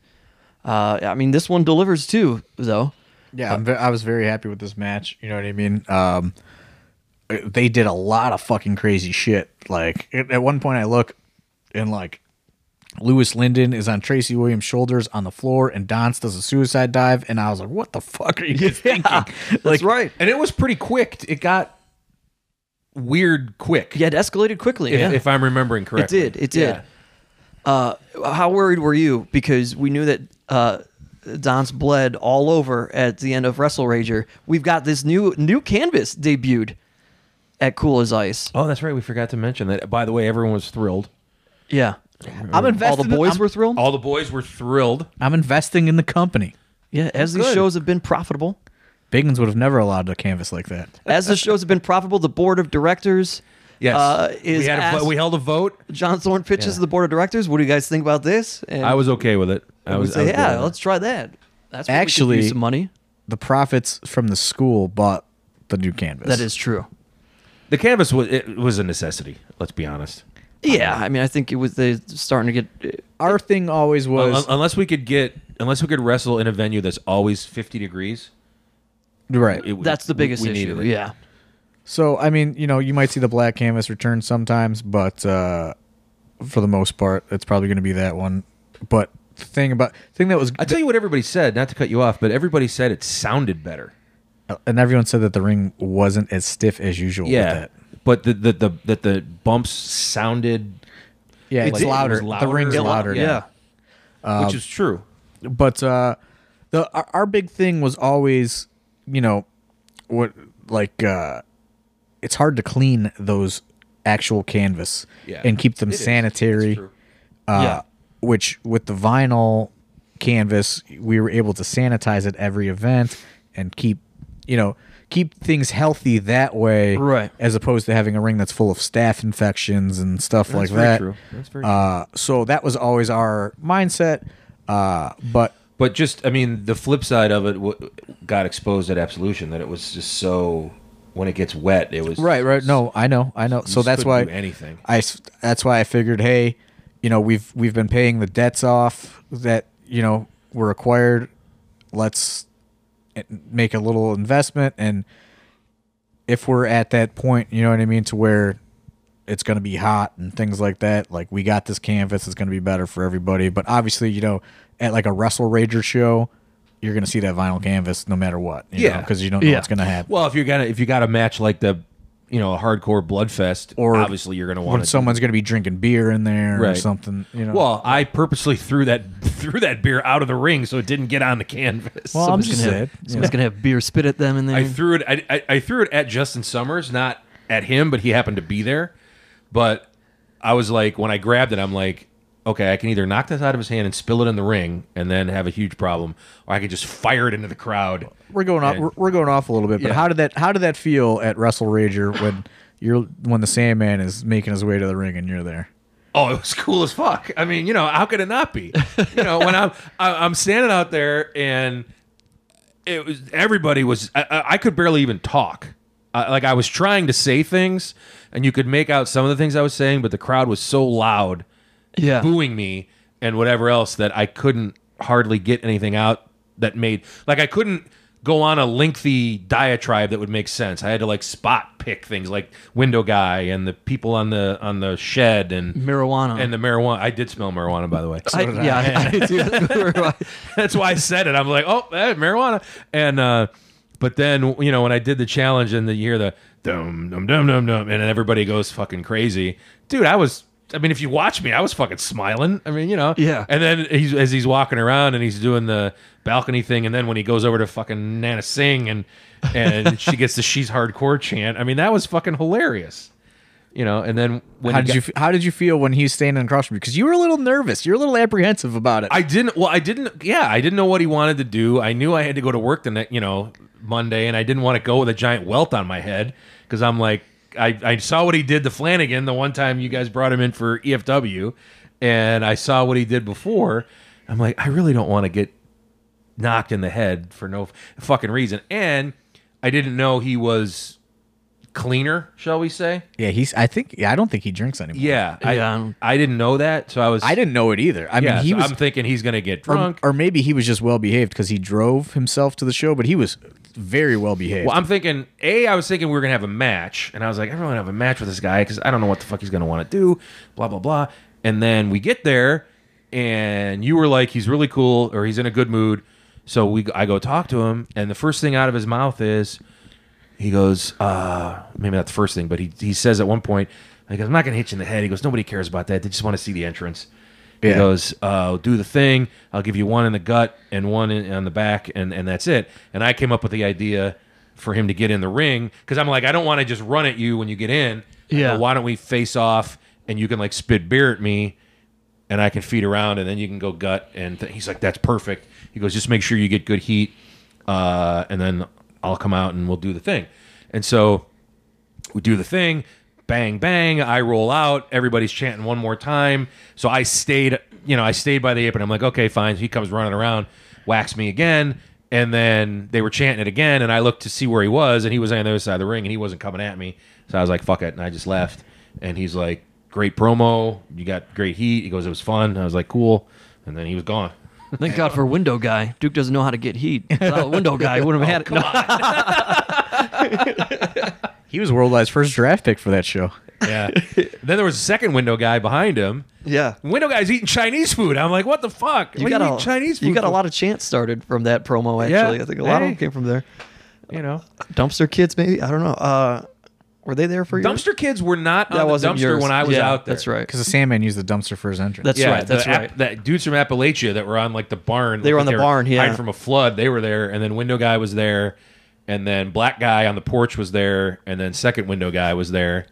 Speaker 2: Uh, I mean, this one delivers too, though.
Speaker 4: Yeah, I'm ve- I was very happy with this match. You know what I mean? Um, uh, they did a lot of fucking crazy shit. Like at at one point, I look and like Lewis Linden is on Tracy Williams' shoulders on the floor, and Donce does a suicide dive, and I was like, "What the fuck are you guys thinking?" Like,
Speaker 2: That's right.
Speaker 3: And it was pretty quick. It got weird quick.
Speaker 2: Yeah, it escalated quickly.
Speaker 3: If,
Speaker 2: yeah.
Speaker 3: if I'm remembering
Speaker 2: it
Speaker 3: correctly,
Speaker 2: did. It did. Uh, how worried were you? Because we knew that uh, Don's bled all over at the end of Wrestle Rager. We've got this new new canvas debuted at Cool as Ice.
Speaker 3: Oh, that's right. We forgot to mention that. By the way, everyone was thrilled.
Speaker 2: Yeah.
Speaker 4: I'm
Speaker 2: All
Speaker 4: invested.
Speaker 2: the boys
Speaker 4: I'm,
Speaker 2: were thrilled.
Speaker 3: All the boys were thrilled.
Speaker 4: I'm investing in the company.
Speaker 2: yeah, as these
Speaker 3: Good.
Speaker 2: shows have been profitable,
Speaker 4: Biggins would have never allowed a canvas like that.
Speaker 2: as the shows have been profitable, the board of directors.
Speaker 3: Yes.
Speaker 2: Uh, is
Speaker 3: we, had a,
Speaker 2: asked-
Speaker 3: we held a vote.
Speaker 2: John Thorne pitches to the board of directors. What do you guys think about this? And
Speaker 3: I was okay with it. I
Speaker 2: we
Speaker 3: was.
Speaker 2: say,
Speaker 3: I was good
Speaker 2: yeah,
Speaker 3: with it.
Speaker 2: let's try that. That's what we could
Speaker 4: Actually-
Speaker 2: use some money.
Speaker 4: The profits from the school bought the new canvas.
Speaker 2: That is true.
Speaker 3: The canvas was it was a necessity. Let's be honest.
Speaker 2: Yeah, I mean, I think it was they starting to get
Speaker 4: our thing. Always was
Speaker 3: Un- unless we could get, unless we could wrestle in a venue that's always 50 degrees.
Speaker 4: right.
Speaker 3: it-
Speaker 2: That's the
Speaker 3: we-
Speaker 2: biggest
Speaker 3: we
Speaker 2: issue.
Speaker 3: needed it.
Speaker 2: Yeah.
Speaker 4: So I mean, you know, you might see the black canvas return sometimes, but uh, for the most part, it's probably going to be that one. But the thing about thing that was,
Speaker 3: I tell you what everybody said. Not to cut you off, but everybody said it sounded better.
Speaker 4: and everyone said that the ring wasn't as stiff as usual.
Speaker 3: Yeah,
Speaker 4: with that.
Speaker 3: but the the the that the bumps sounded
Speaker 4: yeah,
Speaker 3: It
Speaker 4: it's
Speaker 3: did. It was
Speaker 4: louder.
Speaker 3: louder.
Speaker 4: The ring's
Speaker 3: Yeah.
Speaker 4: louder.
Speaker 3: Yeah.
Speaker 4: Uh,
Speaker 3: which is true.
Speaker 4: but uh the our, our big thing was always you know what like uh it's hard to clean those actual canvas
Speaker 3: Yeah.
Speaker 4: and keep them
Speaker 3: It is.
Speaker 4: sanitary
Speaker 3: It's true.
Speaker 4: uh
Speaker 2: Yeah.
Speaker 4: which with the vinyl canvas we were able to sanitize at every event and keep you know keep things healthy that way
Speaker 2: Right.
Speaker 4: as opposed to having a ring that's full of staph infections and stuff like
Speaker 3: very
Speaker 4: that
Speaker 3: true. That's very
Speaker 4: uh so that was always our mindset uh but
Speaker 3: But just I mean, the flip side of it w- got exposed at Absolution that it was just so when it gets wet, it was
Speaker 4: Right, right. No, I know, I know. So
Speaker 3: just
Speaker 4: that's why
Speaker 3: couldn't do anything.
Speaker 4: I s- that's why I figured, hey, you know, we've we've been paying the debts off that you know were acquired. Let's eh, make a little investment, and if we're at that point, you know what I mean, to where it's going to be hot and things like that. Like we got this canvas; it's going to be better for everybody. But obviously, you know, at like a Wrestle Rager show, you're going to see that vinyl canvas no matter what. You
Speaker 3: Yeah.
Speaker 4: because you don't know
Speaker 2: Yeah.
Speaker 4: what's going to happen.
Speaker 3: Well, if you're gonna if you got a match like the you know a hardcore blood fest,
Speaker 4: or
Speaker 3: obviously you're gonna want
Speaker 4: when someone's gonna be drinking beer in there or
Speaker 3: Right.
Speaker 4: something. You know,
Speaker 3: Well, I purposely threw that threw that beer out of the ring so it didn't get on the canvas.
Speaker 4: Well, I'm
Speaker 2: Someone's
Speaker 4: just
Speaker 2: gonna have,
Speaker 4: saying.
Speaker 2: someone's gonna have beer spit at them in there.
Speaker 3: I threw it. I, I, I threw it at Justin Summers, not at him, but he happened to be there. But I was like, when I grabbed it, I'm like, okay, I can either knock this out of his hand and spill it in the ring and then have a huge problem, or I could just fire it into the crowd.
Speaker 7: We're going off.
Speaker 3: And-
Speaker 7: We're, we're going off a little bit, but
Speaker 3: Yeah.
Speaker 7: how did that? How did that feel at Wrestle Rager when you're when the Sandman is making his way to the ring and you're there?
Speaker 3: Oh, it was cool as fuck. I mean, you know, how could it not be? You know, when I'm I- I'm standing out there and it was everybody was I- I, I could barely even talk. I, like I was trying to say things, and you could make out some of the things I was saying, but the crowd was so loud,
Speaker 2: Yeah.
Speaker 3: booing me and whatever else that I couldn't hardly get anything out that made like I couldn't go on a lengthy diatribe that would make sense. I had to like spot pick things like window guy and the people on the on the shed and
Speaker 2: Marijuana.
Speaker 3: and the marijuana. I did smell marijuana by the way.
Speaker 2: I, yeah, I, I do.
Speaker 3: That's why I said it. I'm like, oh, eh, marijuana. And uh, but then you know when I did the challenge and the, you hear the dum dum dum dum dum, and everybody goes fucking crazy, dude. I was. I mean, if you watch me, I was fucking smiling. I mean, you know.
Speaker 2: Yeah.
Speaker 3: And then he's as he's walking around and he's doing the balcony thing, and then when he goes over to fucking Nana Singh and and she gets the she's hardcore chant. I mean, that was fucking hilarious. You know, and then when
Speaker 7: How
Speaker 3: he
Speaker 7: did
Speaker 3: got-
Speaker 7: you f- How did you feel when he's standing across from you? Because you were a little nervous. You're a little apprehensive about it.
Speaker 3: I didn't. Well, I didn't. Yeah, I didn't know what he wanted to do. I knew I had to go to work the next, you know, Monday, and I didn't want to go with a giant welt on my head because I'm like, I, I saw what he did to Flanagan the one time you guys brought him in for EFW, and I saw what he did before. I'm like, I really don't want to get knocked in the head for no f- fucking reason, and I didn't know he was cleaner, shall we say?
Speaker 7: yeah, he's. I think. Yeah, I don't think he drinks anymore.
Speaker 3: Yeah, I,
Speaker 2: Yeah, I don't-
Speaker 3: I didn't know that, so I was.
Speaker 7: I didn't know it either. I
Speaker 3: Yeah,
Speaker 7: mean, he
Speaker 3: so
Speaker 7: was.
Speaker 3: I'm thinking he's gonna get
Speaker 7: or-
Speaker 3: drunk.
Speaker 7: Or, maybe he was just well behaved because he drove himself to the show, but he was very well behaved.
Speaker 3: Well, I'm thinking, A, I was thinking we were going to have a match. And I was like, I don't want to have a match with this guy because I don't know what the fuck he's going to want to do, blah, blah, blah. And then we get there, and you were like, he's really cool or he's in a good mood. So we, I go talk to him, and the first thing out of his mouth is, he goes, uh, maybe not the first thing, but he, he says at one point, he goes, I'm not going to hit you in the head. He goes, nobody cares about that. They just want to see the entrance. He
Speaker 7: Yeah.
Speaker 3: goes, uh, do the thing. I'll give you one in the gut and one in, on the back, and, and that's it. And I came up with the idea for him to get in the ring because I'm like, I don't want to just run at you when you get in. I
Speaker 2: Yeah.
Speaker 3: go, Why don't we face off and you can like spit beer at me and I can feed around, and then you can go gut. And th- he's like, "That's perfect." He goes, "Just make sure you get good heat, uh, and then I'll come out and we'll do the thing." And so we do the thing, bang bang. I roll out. Everybody's chanting one more time. So I stayed, you know, I stayed by the apron. I'm like, "Okay, fine." So he comes running around, whacks me again, and then they were chanting it again. And I looked to see where he was, and he was on the other side of the ring, and he wasn't coming at me. So I was like, "Fuck it," and I just left. And he's like, great promo. You got great heat. He goes, it was fun. I was like, cool. And then he was gone.
Speaker 2: Thank God for window guy. Duke doesn't know how to get heat. Without a window guy, would have
Speaker 3: Oh,
Speaker 2: had it. No.
Speaker 7: he was Worldwide's first draft pick for that show.
Speaker 3: Yeah. then there was a second window guy behind him.
Speaker 2: Yeah.
Speaker 3: Window guy's eating Chinese food. I'm like, what the fuck?
Speaker 2: You
Speaker 3: what
Speaker 2: got
Speaker 3: do you
Speaker 2: a
Speaker 3: eat Chinese food?
Speaker 2: You got a
Speaker 3: for?
Speaker 2: lot of chants started from that promo.
Speaker 3: Yeah.
Speaker 2: Actually, I think a lot of
Speaker 3: Hey.
Speaker 2: them came from there.
Speaker 3: you know.
Speaker 2: Dumpster kids, maybe I don't know. Uh, were they there for you?
Speaker 3: Dumpster kids were not on the dumpster when I was out there.
Speaker 2: That's right.
Speaker 7: Because the Sandman used the dumpster for his entrance.
Speaker 2: That's
Speaker 3: yeah,
Speaker 2: right.
Speaker 3: the
Speaker 2: That's
Speaker 3: App-
Speaker 2: right.
Speaker 3: That dudes from Appalachia that were on like the barn.
Speaker 2: They were
Speaker 3: looked
Speaker 2: on
Speaker 3: like
Speaker 2: the barn, yeah.
Speaker 3: hiding from a flood. They were there, and then window guy was there, and then black guy on the porch was there, and then second window guy was there,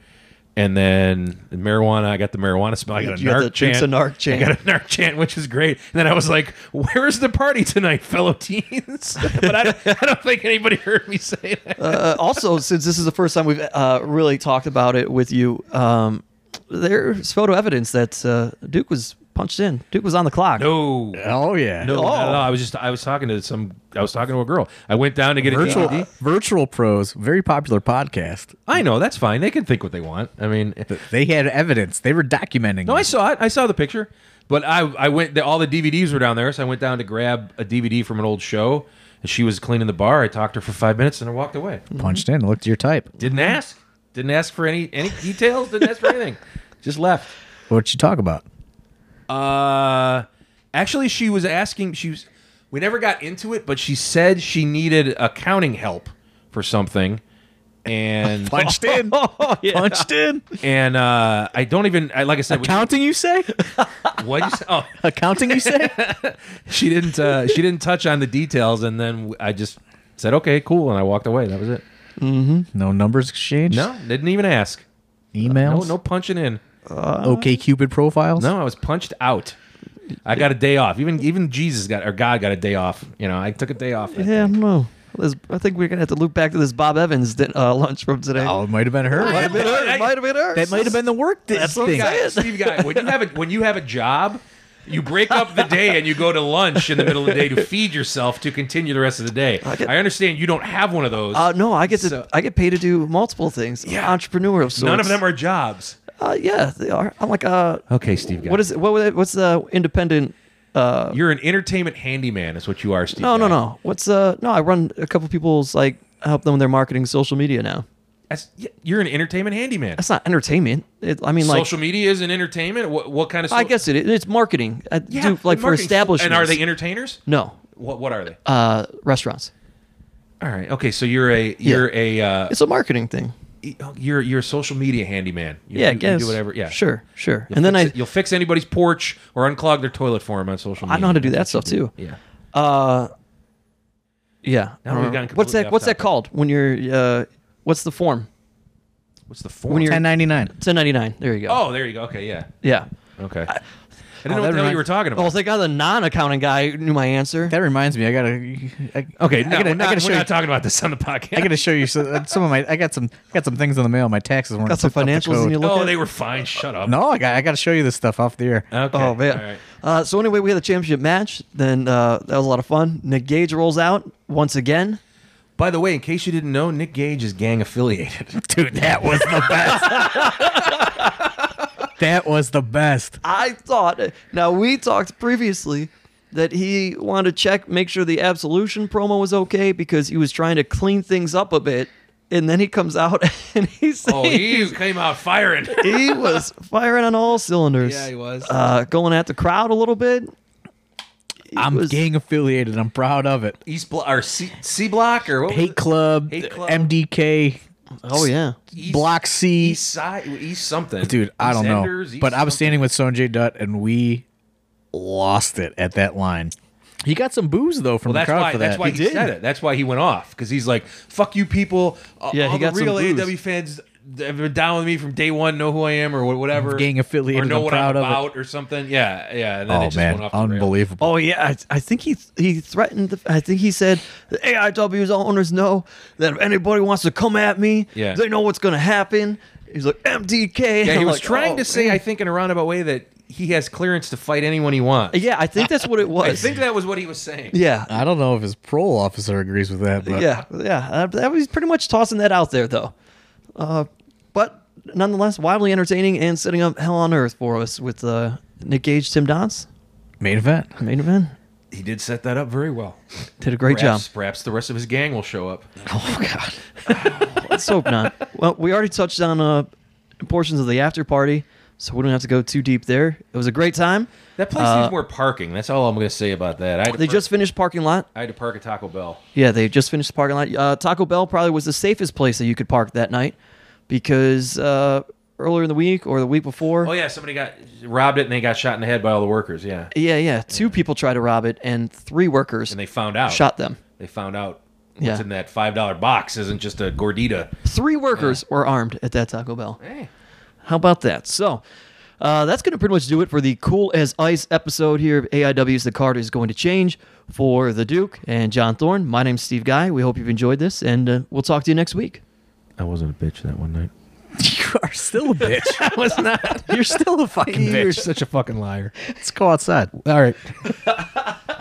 Speaker 3: and then the marijuana. I got the marijuana smell. I got a
Speaker 2: You got
Speaker 3: narc
Speaker 2: the-
Speaker 3: chant.
Speaker 2: it's a narc chant.
Speaker 3: I got a narc chant, which is great. And then I was like, "Where is the party tonight, fellow teens?" but I, I don't think anybody heard me say that.
Speaker 2: uh, also, since this is the first time we've uh, really talked about it with you, um, there's photo evidence that uh, Duke was punched in. Duke was on the clock.
Speaker 3: no.
Speaker 7: oh yeah.
Speaker 3: No, not at
Speaker 2: Oh.
Speaker 3: all. I was just I was talking to some I was talking to a girl. I went down to get a
Speaker 7: Virtual uh,
Speaker 3: DVD.
Speaker 7: Virtual Pros, very popular podcast.
Speaker 3: I know that's fine. They can think what they want. I mean,
Speaker 7: They had evidence. They were documenting.
Speaker 3: no, I
Speaker 7: it.
Speaker 3: saw it. I saw the picture, but I I went. All the DVDs were down there, so I went down to grab a DVD from an old show, and she was cleaning the bar. I talked to her for five minutes, and I walked away.
Speaker 7: punched in. Looked your type.
Speaker 3: Didn't ask. Didn't ask for any any details. Didn't ask for anything. Just left.
Speaker 7: What you talk about?
Speaker 3: Uh, actually, she was asking. She was. We never got into it, but she said she needed accounting help for something, and
Speaker 7: Punched in. Punched in.
Speaker 3: and uh, I don't even. I like I said.
Speaker 7: Counting, you say?
Speaker 3: What you say? Oh.
Speaker 7: Accounting, you say?
Speaker 3: she didn't uh, she didn't touch on the details and then i just said okay cool and i walked away that was it
Speaker 7: No numbers exchanged.
Speaker 3: no didn't even ask
Speaker 7: emails.
Speaker 3: no no punching in
Speaker 7: okay Cupid profiles?
Speaker 3: No, I was punched out. I got a day off. Even even Jesus got or God got a day off. You know, I took a day off. that
Speaker 2: Yeah, I
Speaker 3: day.
Speaker 2: don't know. This- I think we're gonna have to loop back to this Bob Evans din- uh, lunch from today.
Speaker 7: Oh, it might have been her.
Speaker 2: might have been her. It might have been her.
Speaker 7: That might have been the work this
Speaker 2: That's what I'm
Speaker 7: thing.
Speaker 2: saying.
Speaker 3: Steve guy, when you have a when you have a job, you break up the day and you go to lunch in the middle of the day to feed yourself to continue the rest of the day. I,
Speaker 2: get-
Speaker 3: understand you don't have one of those.
Speaker 2: Uh, no, I get to.
Speaker 3: So-
Speaker 2: I get paid to do multiple things.
Speaker 3: Yeah.
Speaker 2: entrepreneur of sorts.
Speaker 3: None of them are Oh, jobs.
Speaker 2: Uh, yeah, they are. I'm like, uh,
Speaker 3: Okay, Steve guy.
Speaker 2: what is it? What was it? What's the independent?
Speaker 3: You're an entertainment handyman, is what you are, Steve.
Speaker 2: No, no,
Speaker 3: guy.
Speaker 2: no. What's uh? No, I run a couple people's like I help them with their marketing, social media. Now
Speaker 3: That's, yeah, you're an entertainment handyman.
Speaker 2: that's not entertainment. It, I mean, like
Speaker 3: social media is an entertainment. What, what kind of? so-
Speaker 2: I guess it. It's marketing. I
Speaker 3: Yeah,
Speaker 2: do like for
Speaker 3: marketing-
Speaker 2: establishments.
Speaker 3: And are they entertainers?
Speaker 2: no
Speaker 3: What What are they?
Speaker 2: uh restaurants?
Speaker 3: All right. Okay. So you're a you're a
Speaker 2: It's a marketing thing.
Speaker 3: uh, you're you're a social media handyman. You,
Speaker 2: yeah,
Speaker 3: you,
Speaker 2: I guess.
Speaker 3: you do whatever. Yeah.
Speaker 2: sure, sure.
Speaker 3: You'll
Speaker 2: and then I
Speaker 3: fix it- you'll fix anybody's porch or unclog their toilet for them on social media.
Speaker 2: I know how to do that stuff too.
Speaker 3: Yeah.
Speaker 2: Uh, yeah. Uh-huh.
Speaker 3: Now we've gotten
Speaker 2: what's
Speaker 3: completely
Speaker 2: that?
Speaker 3: off
Speaker 2: What's that
Speaker 3: topic.
Speaker 2: called when you're? Uh, what's the form?
Speaker 3: What's the form?
Speaker 2: When you're-
Speaker 7: 1099.
Speaker 2: 1099. There you go.
Speaker 3: oh, there you go. Okay. Yeah.
Speaker 2: yeah.
Speaker 3: Okay. I, didn't know what the hell you were talking
Speaker 2: Oh,
Speaker 3: about.
Speaker 2: thank God the non-accounting guy knew my answer.
Speaker 7: That reminds me, I gotta. I,
Speaker 3: okay.
Speaker 7: I
Speaker 3: No,
Speaker 7: gotta,
Speaker 3: we're not,
Speaker 7: I gotta
Speaker 3: we're
Speaker 7: show you.
Speaker 3: not talking about this on the podcast.
Speaker 7: I gotta show you some, some of my. I got some. I got some things in the mail. My taxes weren't.
Speaker 2: Got some
Speaker 7: hooked up to
Speaker 2: financials in
Speaker 7: code.
Speaker 2: your look
Speaker 3: oh,
Speaker 2: at?
Speaker 3: they were fine. Shut up.
Speaker 7: No, I got. I got to show you this stuff off the air.
Speaker 3: Okay.
Speaker 2: Oh man!
Speaker 3: All right.
Speaker 2: Uh, so anyway, we had the championship match. Then uh, that was a lot of fun. Nick Gage rolls out once again.
Speaker 3: By the way, in case you didn't know, Nick Gage is gang affiliated.
Speaker 7: Dude, that was the best. that was the best.
Speaker 2: I thought. Now we talked previously that he wanted to check, make sure the Absolution promo was okay because he was trying to clean things up a bit. And then he comes out and he
Speaker 3: oh, he came out firing.
Speaker 2: he was firing on all cylinders.
Speaker 3: Yeah, he was.
Speaker 2: Uh, going at the crowd a little bit. He
Speaker 7: I'm
Speaker 2: was-
Speaker 7: gang affiliated. I'm proud of it.
Speaker 3: East Block or C, C Block or what? was
Speaker 7: Hate
Speaker 3: it?
Speaker 7: Club,
Speaker 3: Hate Club.
Speaker 7: MDK,
Speaker 2: Oh yeah.
Speaker 3: East-
Speaker 7: Block C.
Speaker 3: East Side, East something.
Speaker 7: Dude, I
Speaker 3: East
Speaker 7: don't know.
Speaker 3: Enders, East
Speaker 7: but I was
Speaker 3: something.
Speaker 7: standing with Sonjay Dutt, and we lost it at that line. He got some booze though from
Speaker 3: Well,
Speaker 7: the
Speaker 3: that's
Speaker 7: crowd
Speaker 3: why.
Speaker 7: for that.
Speaker 3: That's why he, said it. That's why he went off because he's like, "Fuck you, people. Uh,
Speaker 2: Yeah,
Speaker 3: all
Speaker 2: he
Speaker 3: the
Speaker 2: got some
Speaker 3: real
Speaker 2: booze.
Speaker 3: AEW fans that have been down with me from day one. Know who I am or wha- whatever.
Speaker 7: Gang affiliated,
Speaker 3: or know
Speaker 7: I'm
Speaker 3: what
Speaker 7: proud
Speaker 3: I'm
Speaker 7: of it.
Speaker 3: about or something. Yeah, yeah. And then it
Speaker 7: Oh
Speaker 3: just
Speaker 7: man,
Speaker 3: went off the rails.
Speaker 7: unbelievable.
Speaker 2: Oh yeah, I, I think he he threatened. The, I think he said the AIW's owners know that if anybody wants to come at me,
Speaker 3: Yeah.
Speaker 2: they know what's gonna happen. He's like MDK.
Speaker 3: Yeah, he
Speaker 2: I'm
Speaker 3: was
Speaker 2: like,
Speaker 3: trying
Speaker 2: oh,
Speaker 3: to say, I think, in a roundabout way, that he has clearance to fight anyone he wants.
Speaker 2: Yeah, I think that's what it was.
Speaker 3: I think that was what he was saying.
Speaker 2: yeah,
Speaker 7: I don't know if his parole officer agrees with that, but
Speaker 2: yeah, yeah. Uh, that was pretty much tossing that out there though. Uh, but nonetheless, wildly entertaining and setting up hell on earth for us with uh, Nick Gage, Tim Donce,
Speaker 7: main event.
Speaker 2: main event.
Speaker 3: He did set that up very well.
Speaker 2: Did a great
Speaker 3: Perhaps,
Speaker 2: job.
Speaker 3: perhaps the rest of his gang will show up.
Speaker 2: Oh God. Let's hope not. Well, we already touched on uh, portions of the after party, so we don't have to go too deep there. It was a great time.
Speaker 3: That place
Speaker 2: Uh,
Speaker 3: needs more parking. That's all I'm going to say about that. I had to
Speaker 2: They
Speaker 3: park-
Speaker 2: just finished parking lot.
Speaker 3: I had to park at Taco Bell.
Speaker 2: Yeah, they just finished the parking lot. Uh, Taco Bell probably was the safest place that you could park that night because uh, earlier in the week or the week before.
Speaker 3: Oh yeah, somebody got robbed it and they got shot in the head by all the workers. Yeah,
Speaker 2: yeah, yeah. Two people tried to rob it, and three workers
Speaker 3: and they found out.
Speaker 2: shot them.
Speaker 3: They found out what's
Speaker 2: Yeah.
Speaker 3: in that five dollar box isn't just a gordita.
Speaker 2: Three workers were armed at that Taco Bell.
Speaker 3: Hey.
Speaker 2: How about that? So uh, that's going to pretty much do it for the Cool as Ice episode here of AIW's The Card is Going to Change for the Duke and John Thorne. My name's Steve Guy. We hope you've enjoyed this, and uh, we'll talk to you next week.
Speaker 3: I wasn't a bitch that one night.
Speaker 7: You are still a bitch.
Speaker 3: I was not.
Speaker 7: You're still a fucking
Speaker 8: You're
Speaker 7: bitch.
Speaker 8: such a fucking liar.
Speaker 7: Let's go outside.
Speaker 8: All right.